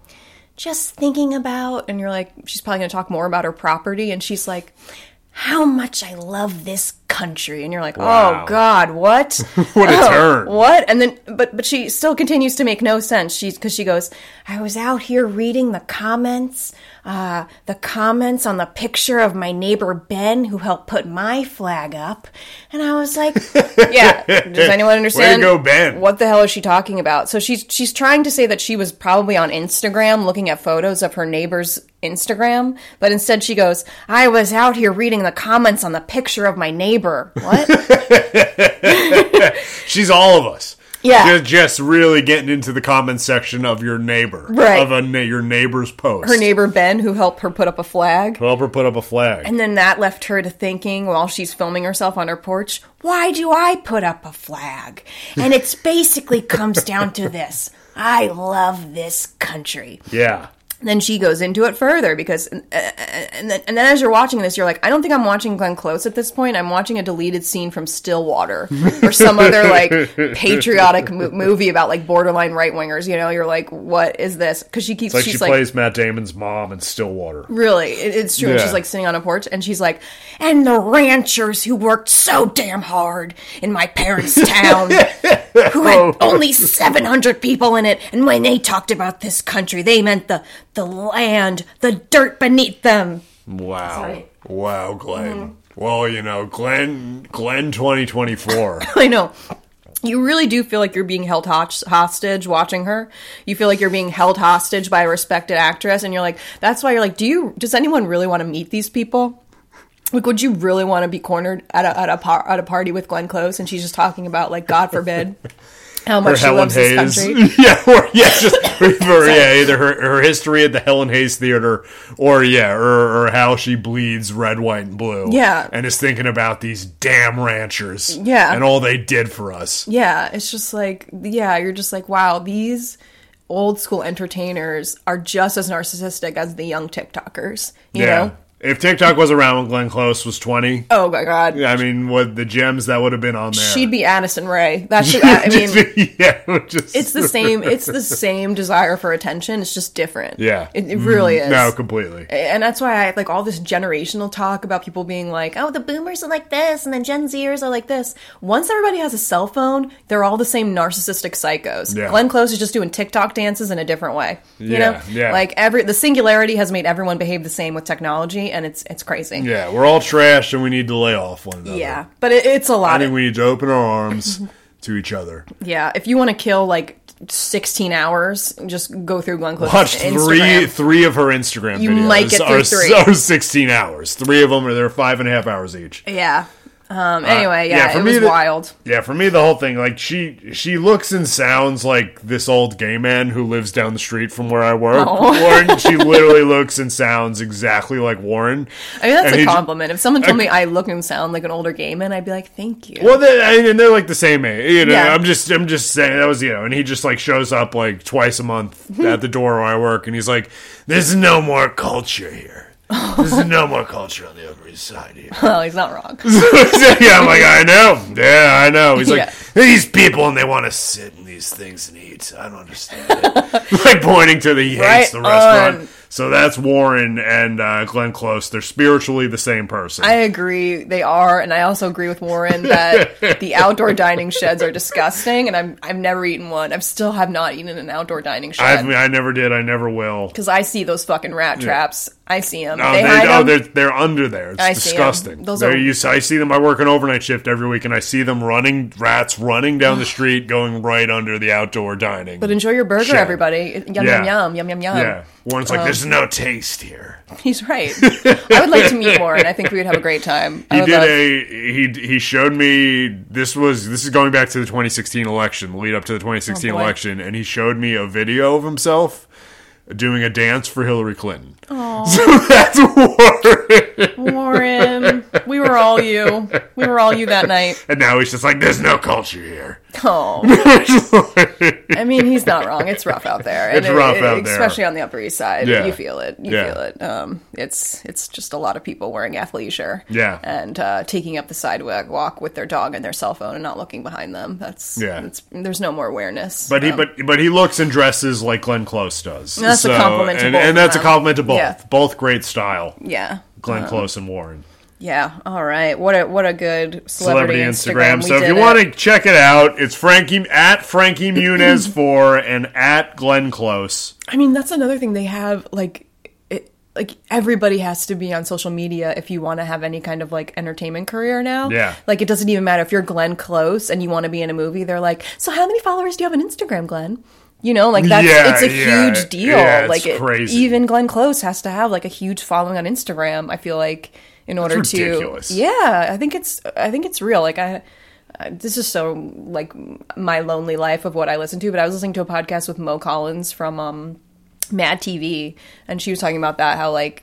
S2: just thinking about and you're like she's probably gonna talk more about her property and she's like how much I love this country and you're like
S1: Wow.
S2: oh god what
S1: What a
S2: Oh,
S1: turn.
S2: What? And then, but but she still continues to make no sense. She's because she goes, I was out here reading the comments, uh, the comments on the picture of my neighbor Ben who helped put my flag up, and I was like, Yeah, does anyone understand?
S1: go, Ben.
S2: What the hell is she talking about? So she's she's trying to say that she was probably on Instagram looking at photos of her neighbor's Instagram, but instead she goes, I was out here reading the comments on the picture of my neighbor. What?
S1: She's all of us.
S2: Yeah.
S1: Just, just really getting into the comment section of your neighbor.
S2: Right.
S1: Of a, na- your neighbor's post.
S2: her neighbor Ben who helped her put up a flag.
S1: Help her put up a flag.
S2: And then that left her to thinking while she's filming herself on her porch, why do I put up a flag? And it's basically comes down to this. I love this country.
S1: yeah.
S2: Then she goes into it further because, and, and, then, and then as you're watching this, you're like, I don't think I'm watching Glenn Close at this point. I'm watching a deleted scene from Stillwater or some other like patriotic mo- movie about like borderline right wingers. You know, you're like, what is this? Because she keeps,
S1: Like
S2: she's
S1: she
S2: like,
S1: plays Matt Damon's mom in Stillwater.
S2: Really, it, it's true. And
S1: Yeah.
S2: She's like sitting on a porch, and she's like, "And the ranchers who worked so damn hard in my parents' town, who had only seven hundred people in it, and when they talked about this country, they meant the the land, the dirt beneath them."
S1: Wow.
S2: Sorry.
S1: Wow,
S2: Mm-hmm.
S1: Glenn. Well, you know, Glenn Glenn 2024.
S2: I know. You really do feel like you're being held hos- hostage watching her. You feel like you're being held hostage by a respected actress, and you're like, that's why you're like, do you? Does anyone really want to meet these people? Like, would you really want to be cornered at a at a, par- at a party with Glenn Close, and she's just talking about like, God forbid, how much she
S1: Helen
S2: loves
S1: Hayes.
S2: this country.
S1: yeah, or yeah, just or, yeah, either her, her history at the Helen Hayes Theater or yeah, or, or how she bleeds red, white, and blue.
S2: Yeah.
S1: And is thinking about these damn ranchers.
S2: Yeah.
S1: And all they did for us.
S2: Yeah, it's just like, yeah, you're just like, wow, these old school entertainers are just as narcissistic as the young TikTokers. You know?
S1: If TikTok was around when Glenn Close was twenty,
S2: Oh my god.
S1: I mean what the gems that would have been on there.
S2: She'd be Addison Ray. That's who, I mean,
S1: yeah, just
S2: it's the same. It's the same desire for attention. It's just different.
S1: Yeah. Mm-hmm.
S2: it, it really is.
S1: No, completely.
S2: and that's why I like all this generational talk about people being like, "Oh, the boomers are like this, and the Gen Zers are like this." Once everybody has a cell phone, they're all the same narcissistic psychos.
S1: Yeah.
S2: Glenn Close is just doing TikTok dances in a different way. You
S1: Yeah,
S2: know,
S1: yeah.
S2: like every the singularity has made everyone behave the same with technology, and it's it's crazy.
S1: Yeah, we're all trash and we need to lay off one another.
S2: Yeah, but it, it's a
S1: I
S2: lot.
S1: think we need to open our arms to each other.
S2: Yeah, if you want to kill like 16 hours, just go through Glenn Close.
S1: Watch three
S2: Instagram.
S1: three of her Instagram
S2: You
S1: videos.
S2: might get through
S1: are,
S2: three.
S1: are sixteen hours. Three of them are there five and a half hours each.
S2: Yeah. Um, anyway, yeah,
S1: Uh, yeah, for
S2: it
S1: me
S2: was
S1: the-
S2: wild.
S1: Yeah, for me the whole thing like she she looks and sounds like this old gay man who lives down the street from where I work.
S2: Oh.
S1: Warren, she literally looks and sounds exactly like Warren.
S2: I mean, that's
S1: And
S2: a
S1: he j-
S2: compliment. if someone told me I look and sound like an older gay man, I'd be like, thank you.
S1: Well, they, I mean, they're like the same age. You know,
S2: Yeah.
S1: I'm just, I'm just saying that was, you know, and he just like shows up like twice a month
S2: Hmm.
S1: at the door where I work, and he's like, "There's no more culture here. There's no more culture on the Upper East Side here."
S2: Well, he's not wrong.
S1: yeah, I'm like, I know. Yeah, I know. He's
S2: Yeah.
S1: like, these people, and they want to sit in these things and eat. I don't understand it. like pointing to the he
S2: Right
S1: hates the restaurant.
S2: on.
S1: So that's Warren and uh, Glenn Close. They're spiritually the same person.
S2: I agree they are, and I also agree with Warren that the outdoor dining sheds are disgusting, and I'm I've never eaten one. I still have not eaten an outdoor dining
S1: I've,
S2: shed
S1: I never did. I never will.
S2: because I see those fucking rat traps. I see them.
S1: Oh,
S2: they
S1: they,
S2: hide
S1: oh,
S2: 'em.
S1: they're they're under there. It's
S2: I see 'em.
S1: disgusting.
S2: Those
S1: They're
S2: are-
S1: used- I see them. I work an overnight shift every week, and I see them running rats running down the street, going right under the outdoor dining.
S2: But uh, enjoy your burger,
S1: Shed.
S2: everybody. Yum
S1: Yeah.
S2: yum yum yum yum yum.
S1: yeah, Warren's like, "There's no taste here."
S2: He's right. I would like to meet Warren. I think we would have a great time. I
S1: He
S2: would
S1: did
S2: love-
S1: a he he showed me this was this is going back to the 2016 election, the lead up to the 2016
S2: Oh, boy.
S1: election, and he showed me a video of himself doing a dance for Hillary Clinton. So that's Warren.
S2: Warren. We were all you. We were all you that night.
S1: And now he's just like, there's no culture here.
S2: Oh, I mean, he's not wrong. It's rough out there. And
S1: It's rough out there.
S2: especially on the Upper East Side.
S1: Yeah.
S2: You feel it. You
S1: Yeah.
S2: feel it. Um, it's it's just a lot of people wearing athleisure.
S1: Yeah.
S2: and uh, taking up the sidewalk walk with their dog and their cell phone and not looking behind them. That's
S1: Yeah.
S2: That's, there's no more awareness. Um,
S1: But he but but he looks and dresses like Glenn Close does.
S2: That's a compliment to
S1: and,
S2: both
S1: and
S2: of
S1: that's
S2: them.
S1: a compliment to both.
S2: Yeah.
S1: Both great style.
S2: yeah.
S1: Glenn Close and Warren.
S2: Yeah. All right. What a what a good
S1: Celebrity
S2: celebrity,
S1: Instagram.
S2: We
S1: So if
S2: did
S1: you
S2: it.
S1: want to check it out, it's Frankie at Frankie Muniz for and at Glenn Close.
S2: I mean, that's another thing they have like it, like everybody has to be on social media if you want to have any kind of like entertainment career now.
S1: Yeah.
S2: Like it doesn't even matter if you're Glenn Close and you want to be in a movie, they're like, "So how many followers do you have on Instagram, Glenn?" You know, like that's
S1: Yeah,
S2: it's a
S1: yeah,
S2: huge deal.
S1: yeah, it's
S2: like it,
S1: crazy.
S2: even Glenn Close has to have like a huge following on Instagram, I feel like in order
S1: It's
S2: to
S1: ridiculous.
S2: Yeah, I think it's I think it's real. Like I uh, this is so like my lonely life of what I listen to, but I was listening to a podcast with Mo Collins from um, Mad TV, and she was talking about that how like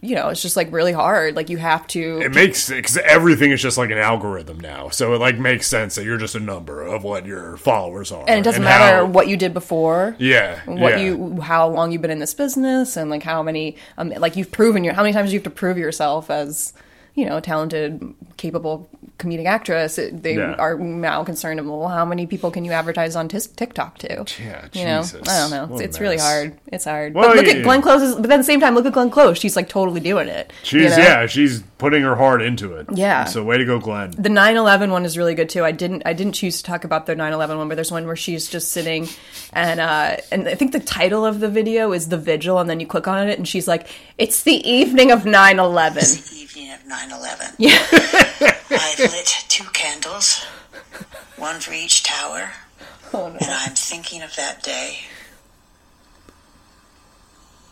S2: you know it's just like really hard. Like you have to.
S1: It makes because everything is just like an algorithm now, so it like makes sense that you're just a number of what your followers are,
S2: And it doesn't matter
S1: how-
S2: what you did before,
S1: yeah,
S2: what
S1: yeah.
S2: you, how long you've been in this business, and like how many, um, like you've proven your, how many times you have to prove yourself as, you know, a talented, capable comedic actress. It, they
S1: Yeah.
S2: are now concerned about well, how many people can you advertise on tis- TikTok to?
S1: Yeah,
S2: you know,
S1: Jesus.
S2: I don't know. It's,
S1: What a
S2: it's really
S1: mess.
S2: hard. It's hard.
S1: Well,
S2: but look
S1: yeah.
S2: at Glenn Close's. But then at the same time, look at Glenn Close. She's like totally doing it. you
S1: She's
S2: know?
S1: yeah, she's putting her heart into it.
S2: Yeah.
S1: So way to go, Glenn.
S2: The 9/11 one is really good too. I didn't I didn't choose to talk about the 9/11 one, but there's one where she's just sitting and uh and I think the title of the video is The Vigil and then you click on it and she's like it's the evening of 9/11.
S3: the evening of 9 11.
S2: Yeah.
S3: I've lit two candles, one for each tower,
S2: Oh, no.
S3: and I'm thinking of that day.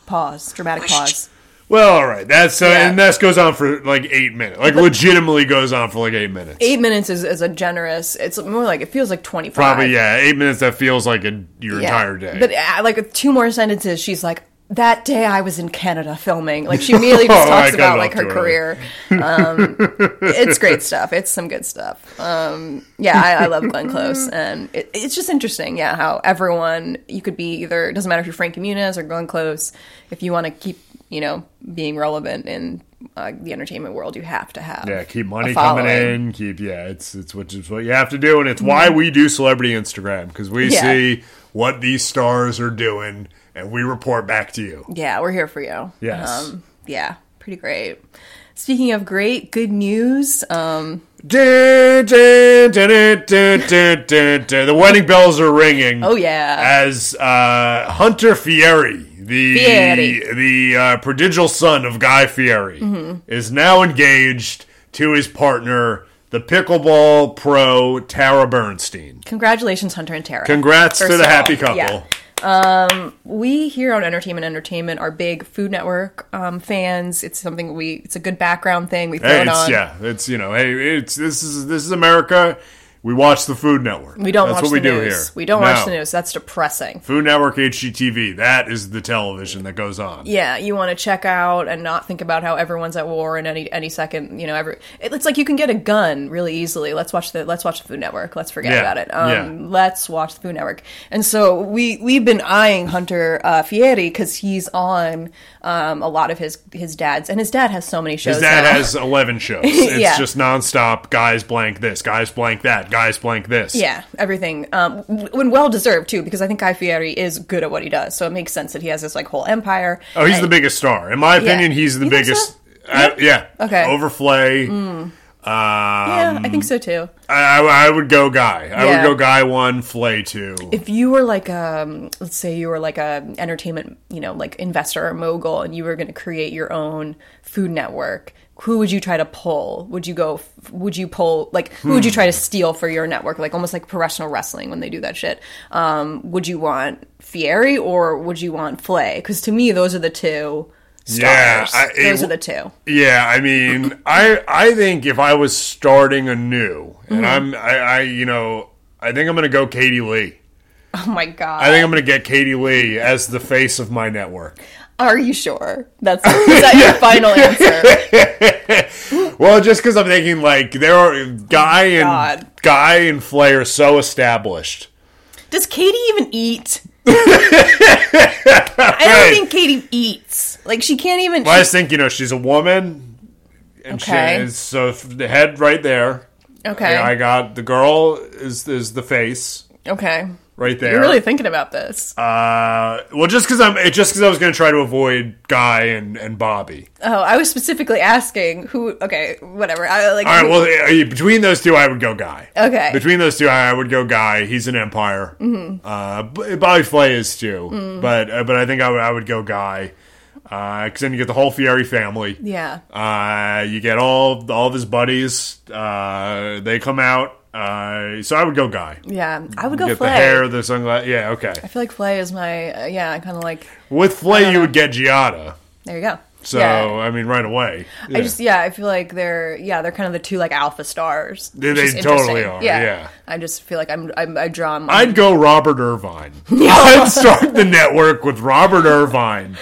S2: Pause. Dramatic pause.
S1: Well, all right. That's uh,
S2: Yeah.
S1: and that goes on for like eight minutes. Like legitimately goes on for like eight minutes.
S2: 8 minutes is, is a generous. It's more like it feels like 25.
S1: Probably yeah, eight minutes. That feels like a, your
S2: Yeah.
S1: entire day.
S2: But uh, like with two more sentences, she's like, "That day I was in Canada filming." Like she immediately just
S1: Oh, I
S2: talks
S1: got
S2: about
S1: it
S2: like
S1: off
S2: her
S1: too early.
S2: career. Um, it's great stuff. It's some good stuff. Um, yeah, I, I love Glenn Close, and it, it's just interesting. Yeah, how everyone you could be either it doesn't matter if you're Frankie Muniz or Glenn Close. If you want to keep you know being relevant in uh, the entertainment world, you have to have
S1: yeah, keep
S2: a
S1: money coming
S2: following.
S1: in. Keep yeah, it's it's what it's what you have to do, and it's why we do celebrity Instagram because we
S2: Mm-hmm. Yeah.
S1: see what these stars are doing, and we report back to you.
S2: Yeah, we're here for you. Um,
S1: Yes.
S2: yeah, pretty great. Speaking of great, good news. Um,
S1: Dun, dun, dun, dun, dun, dun, dun, dun. The wedding bells are ringing.
S2: Oh, yeah.
S1: As uh, Hunter Fieri, the
S2: Fieri. Mm-hmm.
S1: the uh, prodigal son of Guy Fieri, is now engaged to his partner, the pickleball pro Tara Bernstein.
S2: Congratulations, Hunter and Tara.
S1: Congrats
S2: First
S1: to the
S2: of all,
S1: happy couple.
S2: yeah. We here on Entertainment Entertainment are big Food Network um, fans. It's something we. It's a good background thing. We throw
S1: Hey,
S2: it
S1: it's
S2: on.
S1: yeah, it's you know, hey, it's this is this is America. We watch the Food Network.
S2: We don't
S1: That's
S2: watch
S1: what
S2: the
S1: we do
S2: news.
S1: here.
S2: We don't
S1: No.
S2: watch the news. That's depressing.
S1: Food Network, HGTV. That is the television that goes on.
S2: Yeah, you want to check out and not think about how everyone's at war in any any second. You know, every it- it's like you can get a gun really easily. Let's watch the let's watch the Food Network. Let's forget
S1: Yeah,
S2: about it.
S1: yeah.
S2: Um, Let's watch the Food Network. And so we we've been eyeing Hunter uh, Fieri because he's on um, a lot of his his dad's, and his dad has so many shows.
S1: His dad
S2: now.
S1: has 11 shows. It's
S2: Yeah.
S1: just nonstop guys blank this, guys blank that, guys blank this.
S2: Yeah, everything. Um, w- when well deserved too, because I think Guy Fieri is good at what he does, so it makes sense that he has this like whole empire.
S1: Oh, he's
S2: And-
S1: the biggest star. In my opinion, he's the
S2: You think
S1: biggest.
S2: so?
S1: Uh, yeah.
S2: Okay. Hmm.
S1: Overflay. Um,
S2: Yeah, I think so too.
S1: I, I would go guy. I
S2: Yeah.
S1: would go guy one, flay two.
S2: If you were like um, let's say you were like a entertainment, you know, like investor or mogul, and you were going to create your own food network. Who would you try to pull? Would you go? f- Would you pull? Like, who would you try
S1: Hmm.
S2: to steal for your network? Like, almost like professional wrestling when they do that shit. Um, would you want Fieri or would you want Flay? Because to me, those are the two
S1: Yeah,
S2: stars.
S1: I- it
S2: those
S1: w-
S2: are the two.
S1: Yeah, I mean, I I think if I was starting anew, and I'm
S2: Mm-hmm.
S1: I, I you know I think I'm gonna go Katie Lee.
S2: Oh my god.
S1: I think I'm gonna get Katie Lee as the face of my network.
S2: Are you sure? That's is that your final answer?
S1: Well, just because I'm thinking like there are guy and
S2: Oh God.
S1: guy and Flair are so established.
S2: Does Katie even eat? I don't think Katie eats. Like she can't even.
S1: I just think you know she's a woman, and
S2: Okay.
S1: she is so f- the head right there.
S2: okay.
S1: I got the girl is is the face
S2: okay.
S1: right there.
S2: You're really thinking about this.
S1: Uh, well, just because I'm it, just because I was going to try to avoid Guy and and Bobby.
S2: oh, I was specifically asking who. Okay, whatever. I like.
S1: All right. Well, eh, between those two, I would go Guy.
S2: Okay.
S1: Between those two, I I would go Guy. He's an Empire. Mm-hmm. Uh, B- Bobby Flay is too,
S2: Mm.
S1: but uh, but I think I would I would go Guy. Because then you get the whole Fieri family.
S2: yeah.
S1: Uh, you get all all of his buddies. Uh, they come out. Uh, so I would go Guy.
S2: Yeah. I would go
S1: get
S2: Flay.
S1: the hair, the sunglasses. Yeah. Okay.
S2: I feel like Flay is my. Uh, yeah. I kind of like.
S1: With Flay, you would get Giada.
S2: There you go.
S1: So
S2: Yeah.
S1: I mean, right away.
S2: I just yeah, I feel like they're yeah, they're kind of the two like alpha stars.
S1: They-
S2: which
S1: they
S2: is
S1: totally
S2: interesting.
S1: are, yeah.
S2: I just feel like I'm, I'm I draw. them-
S1: I'd go Robert Irvine. I'd start the network with Robert Irvine,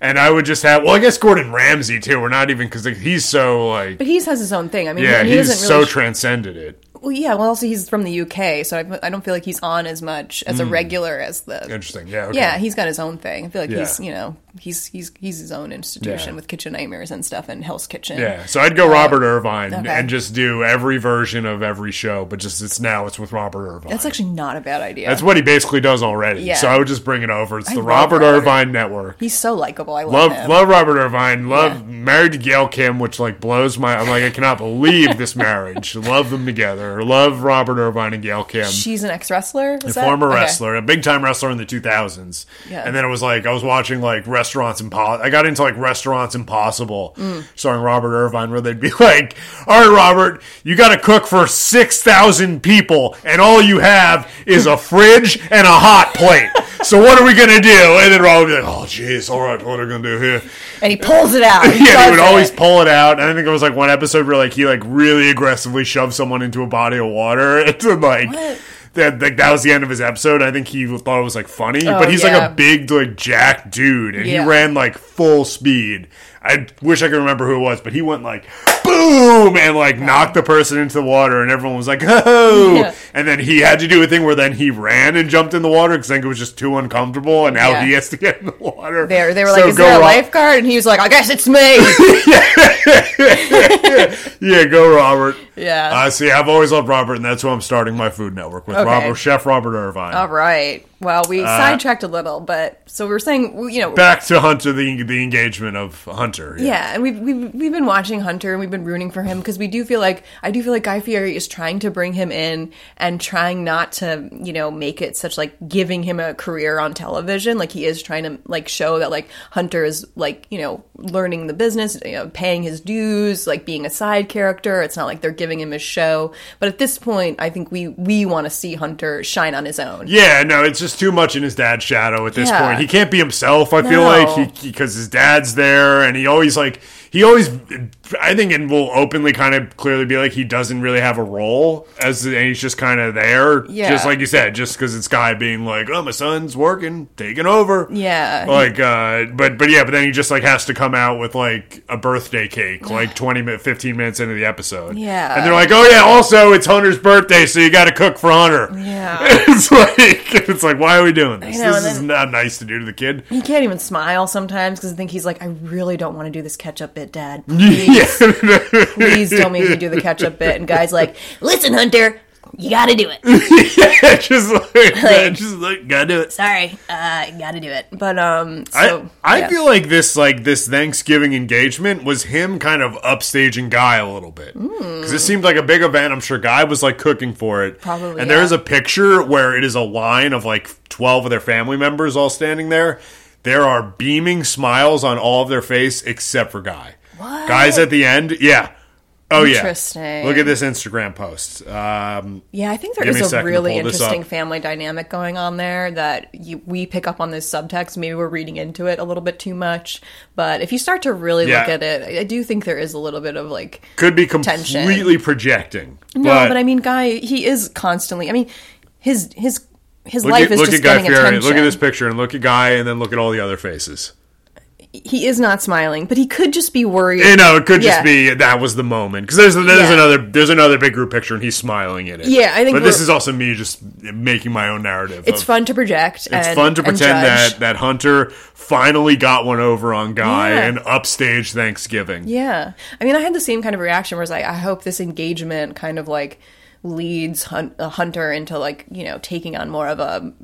S1: and I would just have. Well, I guess Gordon Ramsay too. We're not even because he's so like
S2: but he has his own thing. I mean,
S1: yeah,
S2: he
S1: he's
S2: doesn't
S1: so
S2: really.
S1: transcended it.
S2: well, yeah. Well, also he's from the UK, so I, I don't feel like he's on as much as a regular as the.
S1: Interesting. Hmm. Yeah. Okay.
S2: Yeah, he's got his own thing. I feel like
S1: Yeah.
S2: he's you know he's he's he's his own institution
S1: Yeah.
S2: with Kitchen Nightmares and stuff and Hell's Kitchen.
S1: Yeah, so I'd go Robert Irvine
S2: Oh, okay.
S1: and just do every version of every show, but just it's now it's with Robert Irvine.
S2: that's actually not a bad idea.
S1: That's what he basically does already.
S2: Yeah.
S1: So I would just bring it over. It's the
S2: love
S1: Robert
S2: Robert.
S1: Irvine Network.
S2: he's so likable. I love,
S1: Love
S2: him.
S1: love Robert Irvine. Love married to Gail Kim, which like blows my. I'm like I cannot believe this marriage. love them together. Love Robert Irvine and Gail Kim.
S2: She's an ex wrestler.
S1: a former wrestler, a big time wrestler in the 2000s.
S2: Yeah.
S1: And then it was like I was watching like Restaurants Impossible. I got into like Restaurants Impossible,
S2: Mm.
S1: starring Robert Irvine, where they'd be like, "All right, Robert, you got to cook for six thousand people, and all you have is a fridge and a hot plate. So what are we gonna do?" And then Robert would be like, "Oh, jeez, all right, what are we gonna do here?"
S2: and he pulls it out.
S1: Yeah,
S2: does
S1: he would
S2: it.
S1: always pull it out. And I think it was like one episode where like he like really aggressively shoved someone into a body of water. It's like
S2: What?
S1: that like that was the end of his episode. I think he thought it was like funny, but he's
S2: Oh, yeah.
S1: like a big like jack dude, and
S2: Yeah.
S1: he ran like full speed. I wish I could remember who it was, but he went like boom and like knocked the person into the water, and everyone was like oh.
S2: Yeah.
S1: And then he had to do a thing where then he ran and jumped in the water because I think it was just too uncomfortable, and now
S2: Yeah.
S1: he has to get in the water.
S2: There, they were
S1: So
S2: like, "Is
S1: go
S2: there a
S1: Rob-
S2: lifeguard?" And he was like, "I guess it's me."
S1: Yeah, go Robert.
S2: Yeah.
S1: I see. I've always loved Robert, and that's who I'm starting my food network with.
S2: Okay.
S1: Robert, Chef Robert Irvine.
S2: All right. Well,
S1: Uh,
S2: we sidetracked a little, but so we are saying, well, you know,
S1: Back to Hunter, the the engagement of Hunter.
S2: yeah, and we've, we've we've been watching Hunter and we've been rooting for him because we do feel like I do feel like Guy Fieri is trying to bring him in and trying not to you know make it such like giving him a career on television. Like he is trying to like show that like Hunter is like you know learning the business, you know, paying his dues, like being a side character. It's not like they're giving him a show, but at this point, I think we we want to see Hunter shine on his own.
S1: Yeah, no, it's just too much in his dad's shadow at this
S2: Yeah.
S1: point. He can't be himself. I feel
S2: No.
S1: like he because his dad's there, and he always like he always. I think and will openly kind of clearly be like he doesn't really have a role as, and he's just kind of there.
S2: Yeah.
S1: just like you said, just because it's guy being like, oh, my son's working, taking over.
S2: Yeah.
S1: like, uh, but but yeah, but then he just like has to come out with like a birthday cake, like 20 minutes, 15 minutes into the episode.
S2: Yeah.
S1: and they're like, oh yeah, also it's Hunter's birthday, so you got to cook for Hunter.
S2: Yeah.
S1: it's like it's like why are we doing this?
S2: I know,
S1: this
S2: and
S1: is
S2: then-
S1: not nice to do to the kid.
S2: He can't even smile sometimes because I think he's like, I really don't want to do this ketchup bit, Dad.
S1: Yeah.
S2: Please, please don't make me do the ketchup bit. And guy's like, Listen, Hunter, you got to do it.
S1: just like,
S2: Like-
S1: just like gotta do it.
S2: Sorry, uh, you got to do it. But um,
S1: I,
S2: so
S1: I
S2: yeah.
S1: feel like this like this Thanksgiving engagement was him kind of upstaging Guy a little bit
S2: Hmm.
S1: because it seemed like a big event. I'm sure Guy was like cooking for it.
S2: Probably,
S1: And there
S2: yeah.
S1: is a picture where it is a line of like 12 of their family members all standing there. There are beaming smiles on all of their face except for Guy.
S2: What?
S1: Guy's at the end. Yeah. Oh yeah.
S2: Interesting.
S1: Look at this Instagram post. Um,
S2: yeah, I think there
S1: Give me a
S2: is a,
S1: second to
S2: really
S1: pull this up.
S2: interesting family dynamic going on there that you, we pick up on this subtext. Maybe we're reading into it a little bit too much, but if you start to really
S1: Yeah.
S2: look at it, I- I do think there is a little bit of like
S1: could be
S2: Tension.
S1: completely projecting.
S2: No, but, I mean, Guy, he is constantly. I mean, his his his
S1: Look
S2: life
S1: at,
S2: is
S1: look
S2: just
S1: at Guy
S2: getting
S1: Fieri.
S2: attention.
S1: Look at this picture and look at Guy and then look at all the other faces.
S2: he is not smiling, but he could just be worried.
S1: You know, it could
S2: Yeah.
S1: just be that was the moment because there's there's
S2: Yeah.
S1: another there's another big group picture and he's smiling in it.
S2: Yeah, I think
S1: But this
S2: we're-
S1: is also me just making my own narrative.
S2: It's
S1: of-
S2: fun to project.
S1: It's
S2: and-
S1: fun to
S2: and
S1: pretend
S2: judge.
S1: that that Hunter finally got one over on Guy
S2: Yeah.
S1: and upstaged Thanksgiving.
S2: Yeah. I mean, I had the same kind of reaction where it's like, I hope this engagement kind of like leads Hun- uh, Hunter into like, you know, taking on more of a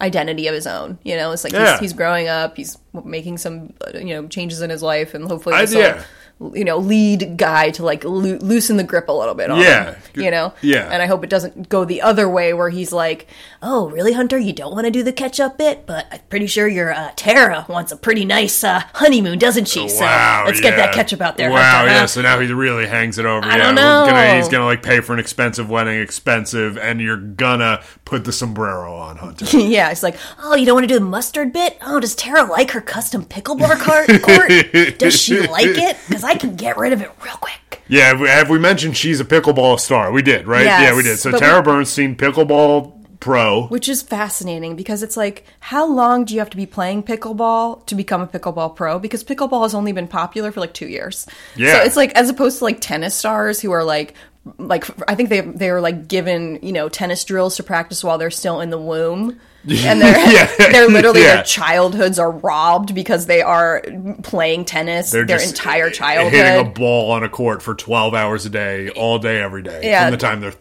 S2: identity of his own. You know, it's like
S1: Yeah.
S2: he's, he's growing up, he's making some, uh, you know, changes in his life, and hopefully
S1: I-
S2: this
S1: yeah.
S2: will, you know, lead Guy to like loo- loosen the grip a little bit on
S1: Yeah.
S2: him. You know?
S1: Yeah.
S2: And I hope it doesn't go the other way where he's like, oh, really, Hunter? You don't want to do the catch up bit? But I'm pretty sure your uh, Tara wants a pretty nice uh, honeymoon, doesn't she? So
S1: wow!
S2: let's get that
S1: yeah.
S2: ketchup out there.
S1: Wow!
S2: Hunter, huh?
S1: yeah. So now he really hangs it over.
S2: I
S1: yeah,
S2: don't
S1: we're Gonna,
S2: know.
S1: he's gonna like pay for an expensive wedding, expensive, and you're gonna put the sombrero on Hunter.
S2: yeah, it's like, oh, you don't want to do the mustard bit? Oh, does Tara like her custom pickleball cart- court? Does she like it? Because I can get rid of it real quick.
S1: yeah. Have we, have we mentioned she's a pickleball star? We did, right?
S2: Yes,
S1: yeah, we did. So
S2: but
S1: Tara
S2: we-
S1: Bernstein, pickleball pro.
S2: Which is fascinating because it's like, how long do you have to be playing pickleball to become a pickleball pro? Because pickleball has only been popular for like two years.
S1: Yeah.
S2: So it's like, as opposed to like tennis stars who are like, like I think they they were like given you know tennis drills to practice while they're still in the womb, and they're
S1: Yeah.
S2: they're literally
S1: Yeah.
S2: their childhoods are robbed because they are playing tennis their
S1: just
S2: entire
S1: hitting a
S2: childhood.
S1: ball on a court for 12 hours a day all day every day
S2: Yeah.
S1: from the time they're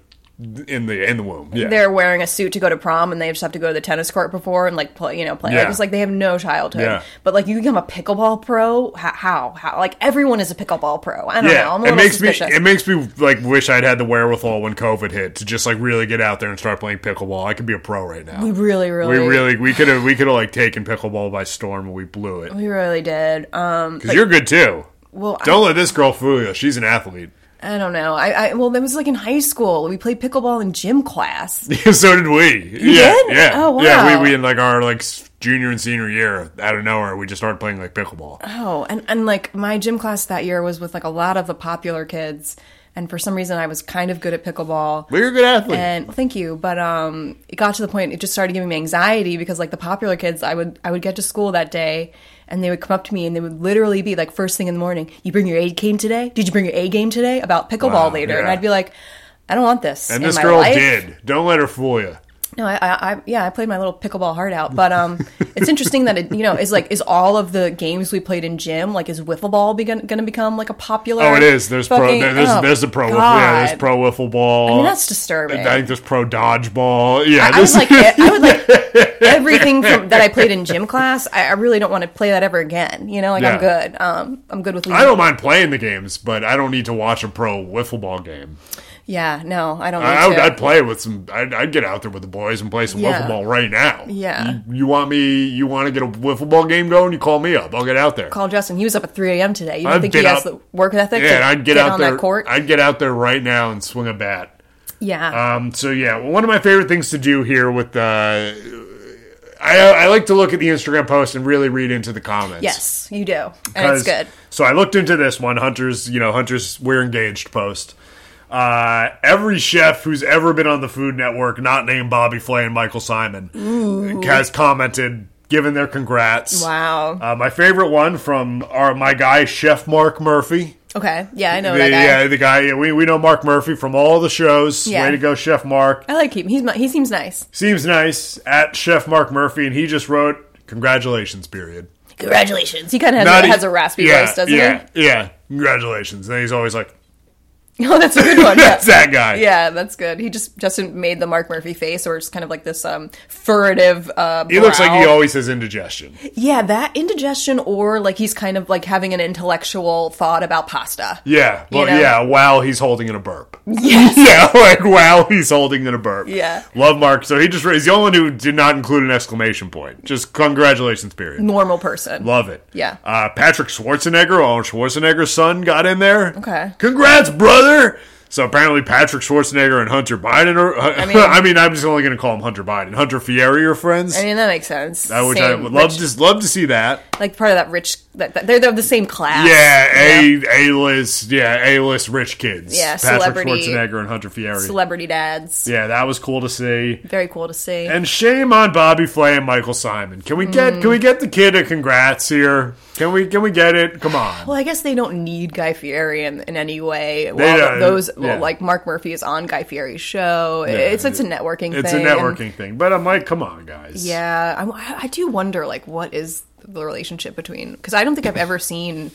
S1: in the in the womb yeah
S2: They're wearing a suit to go to prom, and they just have to go to the tennis court before and like play, you know, play.
S1: Yeah.
S2: Like, it's like they have no childhood.
S1: Yeah.
S2: But like you become a pickleball pro, H- how? How? Like everyone is a pickleball pro. I don't know.
S1: yeah
S2: I'm
S1: it
S2: a little
S1: makes
S2: suspicious.
S1: me it makes me like wish i'd had the wherewithal when covid hit to just like really get out there and start playing pickleball i could be a pro right now
S2: we really,
S1: we
S2: really,
S1: really we could have we could have like taken pickleball by storm and we blew it
S2: we really did. Um,
S1: because you're good too
S2: well, I-
S1: don't let this girl fool you she's an athlete
S2: I, don't know. I, I well, that was like in high school. We played pickleball in gym class.
S1: so did we yeah
S2: did?
S1: yeah
S2: Oh,
S1: yeah
S2: wow.
S1: we, we in like our like s- junior and senior year out of nowhere we just started playing like pickleball
S2: Oh, and, and like my gym class that year was with like a lot of the popular kids, and for some reason I was kind of good at pickleball.
S1: we were a good athlete
S2: And thank you, but um, it got to the point it just started giving me anxiety because like the popular kids, I would I would get to school that day, and they would come up to me and they would literally be like first thing in the morning, "You bring your A game today? Did you bring your A game today about pickleball
S1: Wow,
S2: later?" And
S1: yeah.
S2: I'd be like, "I don't want this."
S1: And
S2: in
S1: this
S2: my
S1: girl
S2: life."
S1: did. Don't let her fool you.
S2: No, I, I, I, yeah, I played my little pickleball heart out, but um, it's interesting that it, you know, is like, is all of the games we played in gym like, is wiffle ball be going to become like a popular?
S1: Oh, it is. There's pro.
S2: fucking-
S1: There, there's
S2: oh,
S1: there's the pro. Wiffle, yeah,
S2: God.
S1: there's pro wiffle ball.
S2: I mean, that's disturbing.
S1: I think there's pro dodgeball. Yeah,
S2: I would
S1: this,
S2: like, e- I would like everything from that I played in gym class. I, I really don't want to play that ever again. You know, like I'm
S1: Yeah.
S2: good. Um, I'm good with.
S1: I don't mind playing the games, but I don't need to watch a pro wiffle ball game.
S2: Yeah, no, I don't. Need
S1: I, I would,
S2: to.
S1: I'd play with some. I'd, I'd get out there with the boys and play some
S2: Yeah.
S1: wiffle ball right now.
S2: Yeah.
S1: You, you want me? You want to get a wiffle ball game going? You call me up. I'll get out there.
S2: Call Justin. He was up at 3 a.m. today. You don't
S1: I've
S2: think he
S1: been
S2: has
S1: up-
S2: the work ethic
S1: yeah, and
S2: to
S1: I'd get, out
S2: on
S1: there.
S2: that court?
S1: I'd get out there right now and swing a bat.
S2: yeah,
S1: Um, so yeah, well, one of my favorite things to do here with uh, I I like to look at the Instagram post and really read into the comments.
S2: yes, you do, and
S1: 'Cause-
S2: it's good.
S1: So I looked into this one, Hunter's, you know, Hunter's we're engaged post. Uh, every chef who's ever been on the Food Network, not named Bobby Flay and Michael Simon, has commented, given their congrats.
S2: Wow.
S1: Uh, my favorite one from our my guy Chef Mark Murphy.
S2: Okay. Yeah, I know
S1: The-
S2: that guy.
S1: Yeah, the guy. yeah, we we know Mark Murphy from all the shows.
S2: Yeah.
S1: Way to go, Chef Mark.
S2: I like him. He's my, he seems nice.
S1: Seems nice at Chef Mark Murphy, and he just wrote, "Congratulations." Period.
S2: Congratulations. He kind of
S1: Not
S2: has,
S1: e-
S2: a, has a raspy
S1: yeah,
S2: voice, doesn't
S1: yeah, Yeah, congratulations. And he's always like,
S2: he? Oh, that's a good one. Yeah.
S1: "That's that guy."
S2: Yeah, that's good. He just Justin made the Mark Murphy face, or just kind of like this um furtive. Uh,
S1: He looks like he
S2: brow.
S1: always has indigestion.
S2: Yeah, that indigestion, or like he's kind of like having an intellectual thought about pasta.
S1: Yeah, well,
S2: know?
S1: yeah. While he's holding in a burp.
S2: Yes.
S1: yeah, like while he's holding in a burp.
S2: Yeah.
S1: Love Mark. So he just he's the only one who did not include an exclamation point. Just congratulations. Period.
S2: Normal person.
S1: Love it.
S2: Yeah.
S1: Uh, Patrick Schwarzenegger, Arnold Schwarzenegger's son, got in there.
S2: Okay.
S1: Congrats, brother. So apparently, Patrick Schwarzenegger and Hunter Biden are. I mean,
S2: mean-
S1: I am just only going to call him Hunter Biden. Hunter Fieri are friends.
S2: I mean, that makes sense.
S1: I would, I
S2: Same
S1: would love
S2: rich-
S1: to love to see that.
S2: like part of that rich. That, that- they're, they're of the same class.
S1: Yeah,
S2: you know?
S1: a a list. Yeah, a list rich kids.
S2: Yeah,
S1: Patrick
S2: celebrity-
S1: Schwarzenegger and Hunter Fieri.
S2: celebrity dads.
S1: yeah, that was cool to see.
S2: Very cool to see.
S1: And shame on Bobby Flay and Michael Simon. Can we get
S2: Mm.
S1: can we get the kid a congrats here? Can we can we get it? Come on.
S2: well, I guess they don't need Guy Fieri in, in any way.
S1: don't,
S2: While those
S1: yeah.
S2: like Mark Murphy is on Guy Fieri's show. it's it's a networking.
S1: It's a
S2: thing. and-
S1: networking thing, but I'm like, come on, guys.
S2: Yeah, I'm- I, I do wonder like what is the relationship between because I don't think I've ever seen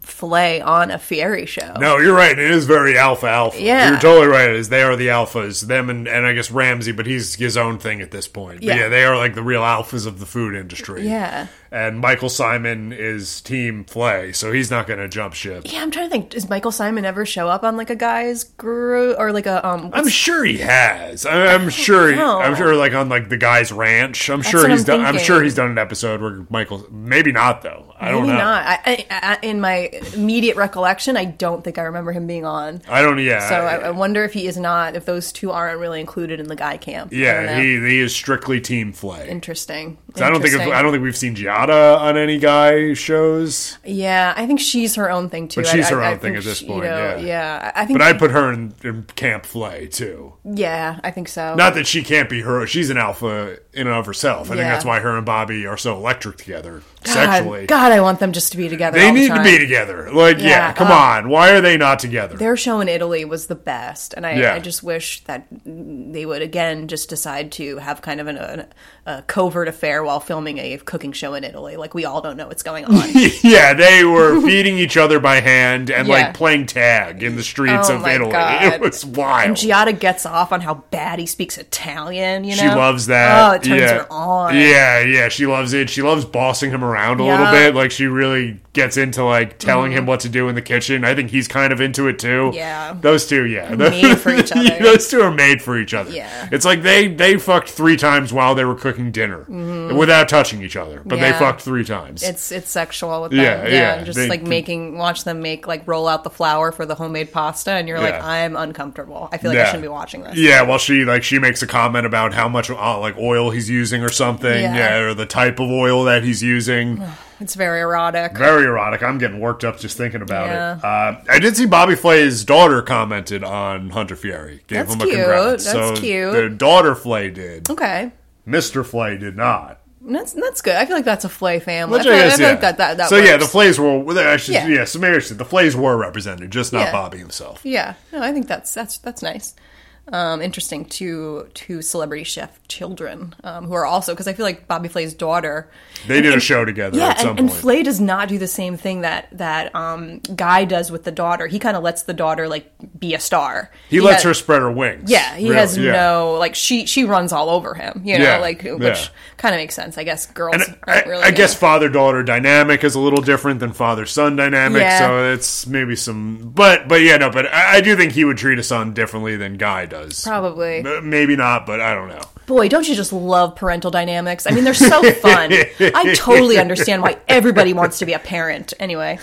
S2: Flay on a Fieri show.
S1: No, you're right. It is very alpha alpha.
S2: Yeah.
S1: you're totally right. It is they are the alphas. Them and, and I guess Ramsey, but he's his own thing at this point. But
S2: Yeah.
S1: yeah, they are like the real alphas of the food industry.
S2: Yeah.
S1: and Michael Simon is Team Flay, so he's not going to jump ship.
S2: Yeah, I'm trying to think. Does Michael Simon ever show up on like a guy's group or like a um?
S1: I'm sure he has. I, I'm sure. He,
S2: know.
S1: I'm sure, like on like the guy's ranch. I'm sure
S2: what
S1: he's
S2: I'm
S1: done. I'm
S2: thinking.
S1: sure he's done an episode where Michael. Maybe not though. I don't
S2: Maybe
S1: know.
S2: not. I, I, I, in my immediate recollection, I don't think I remember him being on.
S1: I don't. Yeah.
S2: So I, I wonder if he is not. If those two aren't really included in the guy camp. I don't
S1: yeah.
S2: know.
S1: He he is strictly Team Flay.
S2: Interesting.
S1: I don't think.
S2: Interesting.
S1: I don't think we've seen Giada on any guy shows.
S2: Yeah, I think she's her own thing too.
S1: But
S2: I-
S1: she's
S2: I-
S1: her
S2: I
S1: own thing at
S2: think
S1: this
S2: she-
S1: point,
S2: You know,
S1: yeah.
S2: I I think.
S1: But I put her in, in Camp Flay too.
S2: yeah, I think so.
S1: Not that she can't be her. She's an alpha in and of herself. I think
S2: Yeah.
S1: that's why her and Bobby are so electric together
S2: God,
S1: sexually.
S2: God, I want them just to be together.
S1: They
S2: all the
S1: need to
S2: time.
S1: be together. Like, yeah,
S2: Yeah,
S1: come
S2: uh,
S1: on. Why are they not together?
S2: Their show in Italy was the best, and I,
S1: Yeah.
S2: I just wish that they would again just decide to have kind of an, an, a covert affair while filming a cooking show in Italy. Like we all don't know what's going on.
S1: yeah, they were feeding each other by hand and
S2: Yeah.
S1: like playing tag in the streets
S2: Oh
S1: of
S2: my
S1: Italy.
S2: God.
S1: It was wild.
S2: Giada gets off on how bad he speaks Italian. You know,
S1: She loves that.
S2: Oh, it turns
S1: yeah.
S2: her on.
S1: Yeah, yeah, she loves it. She loves bossing him around a little
S2: Yeah. Mm-hmm.
S1: bit. Like she really gets into like telling him what to do in the kitchen. I think he's kind of into it too.
S2: Yeah.
S1: those two, yeah,
S2: made for each other.
S1: those two are made for each other.
S2: Yeah.
S1: it's like they they fucked three times while they were cooking dinner without touching each other, but they
S2: Mm-hmm. Yeah.
S1: fucked three times.
S2: It's it's sexual with them.
S1: Yeah,
S2: Yeah,
S1: yeah.
S2: and just
S1: They-
S2: like making watch them make like roll out the flour for the homemade pasta, and you're like,
S1: Yeah.
S2: I'm uncomfortable. I feel like I shouldn't be watching this.
S1: Yeah, well, she like she makes a comment about how much uh, like oil he's using or something,
S2: Yeah.
S1: yeah or the type of oil that he's using.
S2: It's very erotic.
S1: Very erotic. I'm getting worked up just thinking about
S2: Yeah.
S1: it. Uh, I did see Bobby Flay's daughter commented on Hunter Fieri. Gave
S2: That's
S1: him a
S2: cute.
S1: congrats.
S2: That's
S1: so
S2: cute.
S1: The daughter Flay did.
S2: Okay,
S1: Mr. Flay did not.
S2: And that's that's good. I feel like that's a flay family. I
S1: Which
S2: feel,
S1: I
S2: I
S1: guess,
S2: feel
S1: yeah.
S2: like that that that.
S1: so yeah, the
S2: works.
S1: Flays were. well, I should, yeah.
S2: Yeah.
S1: so maybe I should, the Flays were represented, just not
S2: Yeah.
S1: Bobby himself.
S2: yeah. No, I think that's that's that's nice. Um, interesting to to celebrity chef children um, who are also because I feel like Bobby Flay's daughter.
S1: They did a show together
S2: Yeah,
S1: at some
S2: and, and
S1: point.
S2: Flay does not do the same thing that that um, Guy does with the daughter. He kind of lets the daughter like be a star.
S1: he lets
S2: ha-
S1: her spread her wings.
S2: Yeah, he
S1: Really,
S2: has
S1: yeah.
S2: no like she she runs all over him. You know,
S1: Yeah,
S2: like which
S1: yeah.
S2: kind of makes sense, I guess. Girls
S1: And I,
S2: aren't really.
S1: I guess father daughter dynamic is a little different than father son dynamic,
S2: Yeah.
S1: so it's maybe some. But but yeah, no. But I, I do think he would treat a son differently than Guy does.
S2: Probably.
S1: M- maybe not, but I don't know.
S2: Boy, don't you just love parental dynamics? I mean, they're so fun. I totally understand why everybody wants to be a parent. Anyway,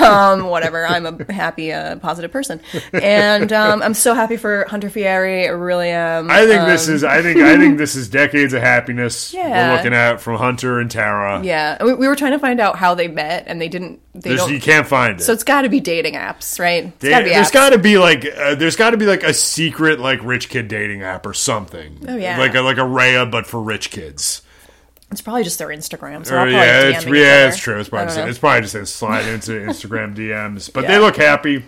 S2: um, whatever. I'm a happy, uh, positive person, and um, I'm so happy for Hunter Fieri. I really am.
S1: I think this is. I think I think this is decades of happiness
S2: Um. Yeah.
S1: we're looking at from Hunter and Tara.
S2: yeah, And we, we were trying to find out how they met, and they didn't. They
S1: There's,
S2: don't.
S1: you can't find it.
S2: so it's got to be dating apps, right? It's gotta be
S1: there's
S2: apps.
S1: got to be like uh, there's got to be like a secret like rich kid dating app or something. Oh
S2: yeah.
S1: like a, like a Raya but for rich kids.
S2: It's probably just their Instagram. So
S1: Or,
S2: I'll probably
S1: Uh, yeah,
S2: DM
S1: it's
S2: each
S1: yeah,
S2: other.
S1: it's true. It's probably
S2: I
S1: just,
S2: don't
S1: it's probably just a slide into Instagram DMs, but they
S2: Yeah.
S1: look happy,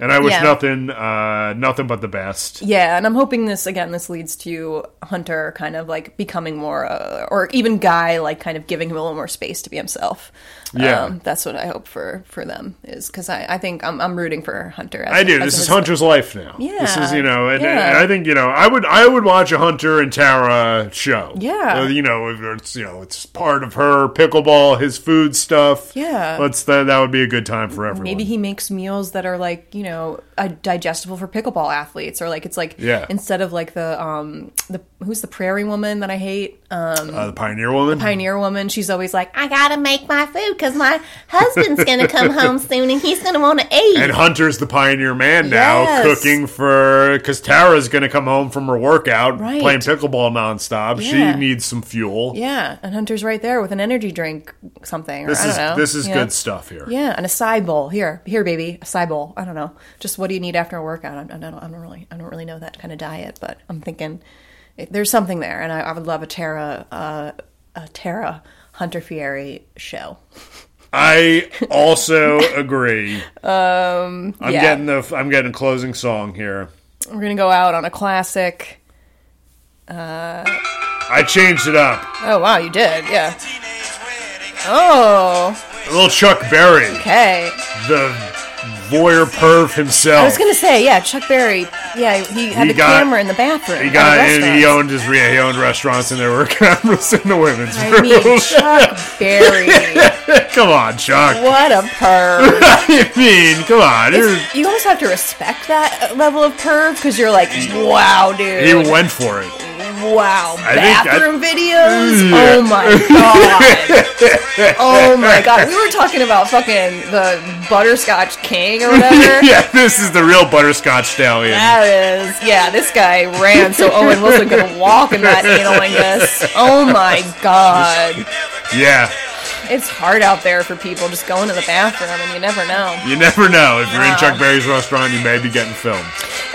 S1: and I wish
S2: Yeah.
S1: nothing uh, nothing but the best.
S2: Yeah, and I'm hoping this again. This leads to Hunter kind of like becoming more, uh, or even Guy like kind of giving him a little more space to be himself. Um,
S1: Yeah.
S2: that's what I hope for for them is because I, I think I'm, I'm rooting for Hunter. As
S1: I
S2: a-
S1: do.
S2: as
S1: This
S2: a
S1: is
S2: husband.
S1: Hunter's life now. This is
S2: Yeah.
S1: you know, and,
S2: Yeah.
S1: and I think you know, I would I would watch a Hunter and Tara show.
S2: Yeah.
S1: Uh, you know, if it's you know, it's part of her pickleball, his food stuff.
S2: Yeah.
S1: let's that that would be a good time for everyone.
S2: Maybe he makes meals that are like you know know a digestible for pickleball athletes, or like it's like
S1: Yeah.
S2: instead of like the um the who's the prairie woman that I hate
S1: Uh, the Pioneer Woman.
S2: pioneer woman. She's always like "Ah, I
S4: I gotta make my food because my husband's gonna come home soon and he's gonna wanna eat.
S1: and Hunter's the Pioneer Man now,
S2: Yes.
S1: cooking for because Tara's going to come home from her workout,
S2: Right.
S1: playing pickleball nonstop.
S2: Yeah.
S1: She needs some fuel.
S2: yeah, and Hunter's right there with an energy drink something. Or,
S1: This
S2: I don't
S1: is
S2: know.
S1: this is
S2: you know?
S1: good stuff here.
S2: Yeah, and a side bowl. Here, here, baby, a side bowl. I don't know. Just what do you need after a workout? I, I don't. I don't really. I don't really know that kind of diet, but I'm thinking it, there's something there, and I, I would love a Tara, uh, a Tara Hunter Fieri show.
S1: I also agree. Um, I'm
S2: yeah.
S1: getting the I'm getting a closing song here.
S2: We're gonna go out on a classic.
S1: I changed it up.
S2: Oh wow, you did, yeah. Oh,
S1: A little Chuck Berry,
S2: okay.
S1: the voyeur perv himself.
S2: I was gonna say, yeah, Chuck Berry. Yeah, he had
S1: He
S2: the
S1: got-
S2: camera in the bathroom.
S1: He
S2: at a
S1: got and he
S2: restaurant.
S1: owned his yeah, he owned restaurants and there were cameras in the women's
S2: I mean,
S1: rooms.
S2: Chuck Berry.
S1: come on, Chuck.
S2: What a perv.
S1: I mean, come on. You're-
S2: you almost have to respect that level of perv because you're like, wow,
S1: He
S2: dude,
S1: went for it.
S2: wow,
S1: think I-
S2: bathroom videos. Oh my god. oh my god. We were talking about fucking the butterscotch king or whatever.
S1: yeah, this is the real butterscotch stallion.
S2: That is, yeah. This guy ran so Owen Wilson could walk in that analingus. Oh my god,
S1: Yeah,
S2: it's hard out there for people just going to the bathroom, and you never know.
S1: you never know. If you're in
S2: Wow.
S1: Chuck Berry's restaurant, you may be getting filmed.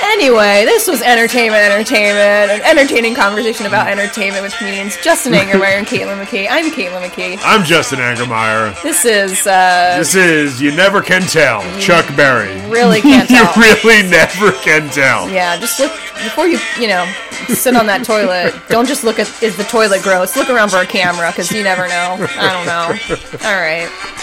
S2: Anyway, this was entertainment, entertainment, an entertaining conversation about entertainment with comedians Justin Angermeyer and Caitlin McKee. I'm Caitlin McKee.
S1: I'm Justin Angermeyer.
S2: This is uh,
S1: This is You Never Can Tell, Chuck Berry.
S2: really can't
S1: you
S2: tell.
S1: really never can tell.
S2: yeah, just look before you you know sit on that toilet. Don't just look at is the toilet gross. Look around for a camera because you never know. I don't know. All right.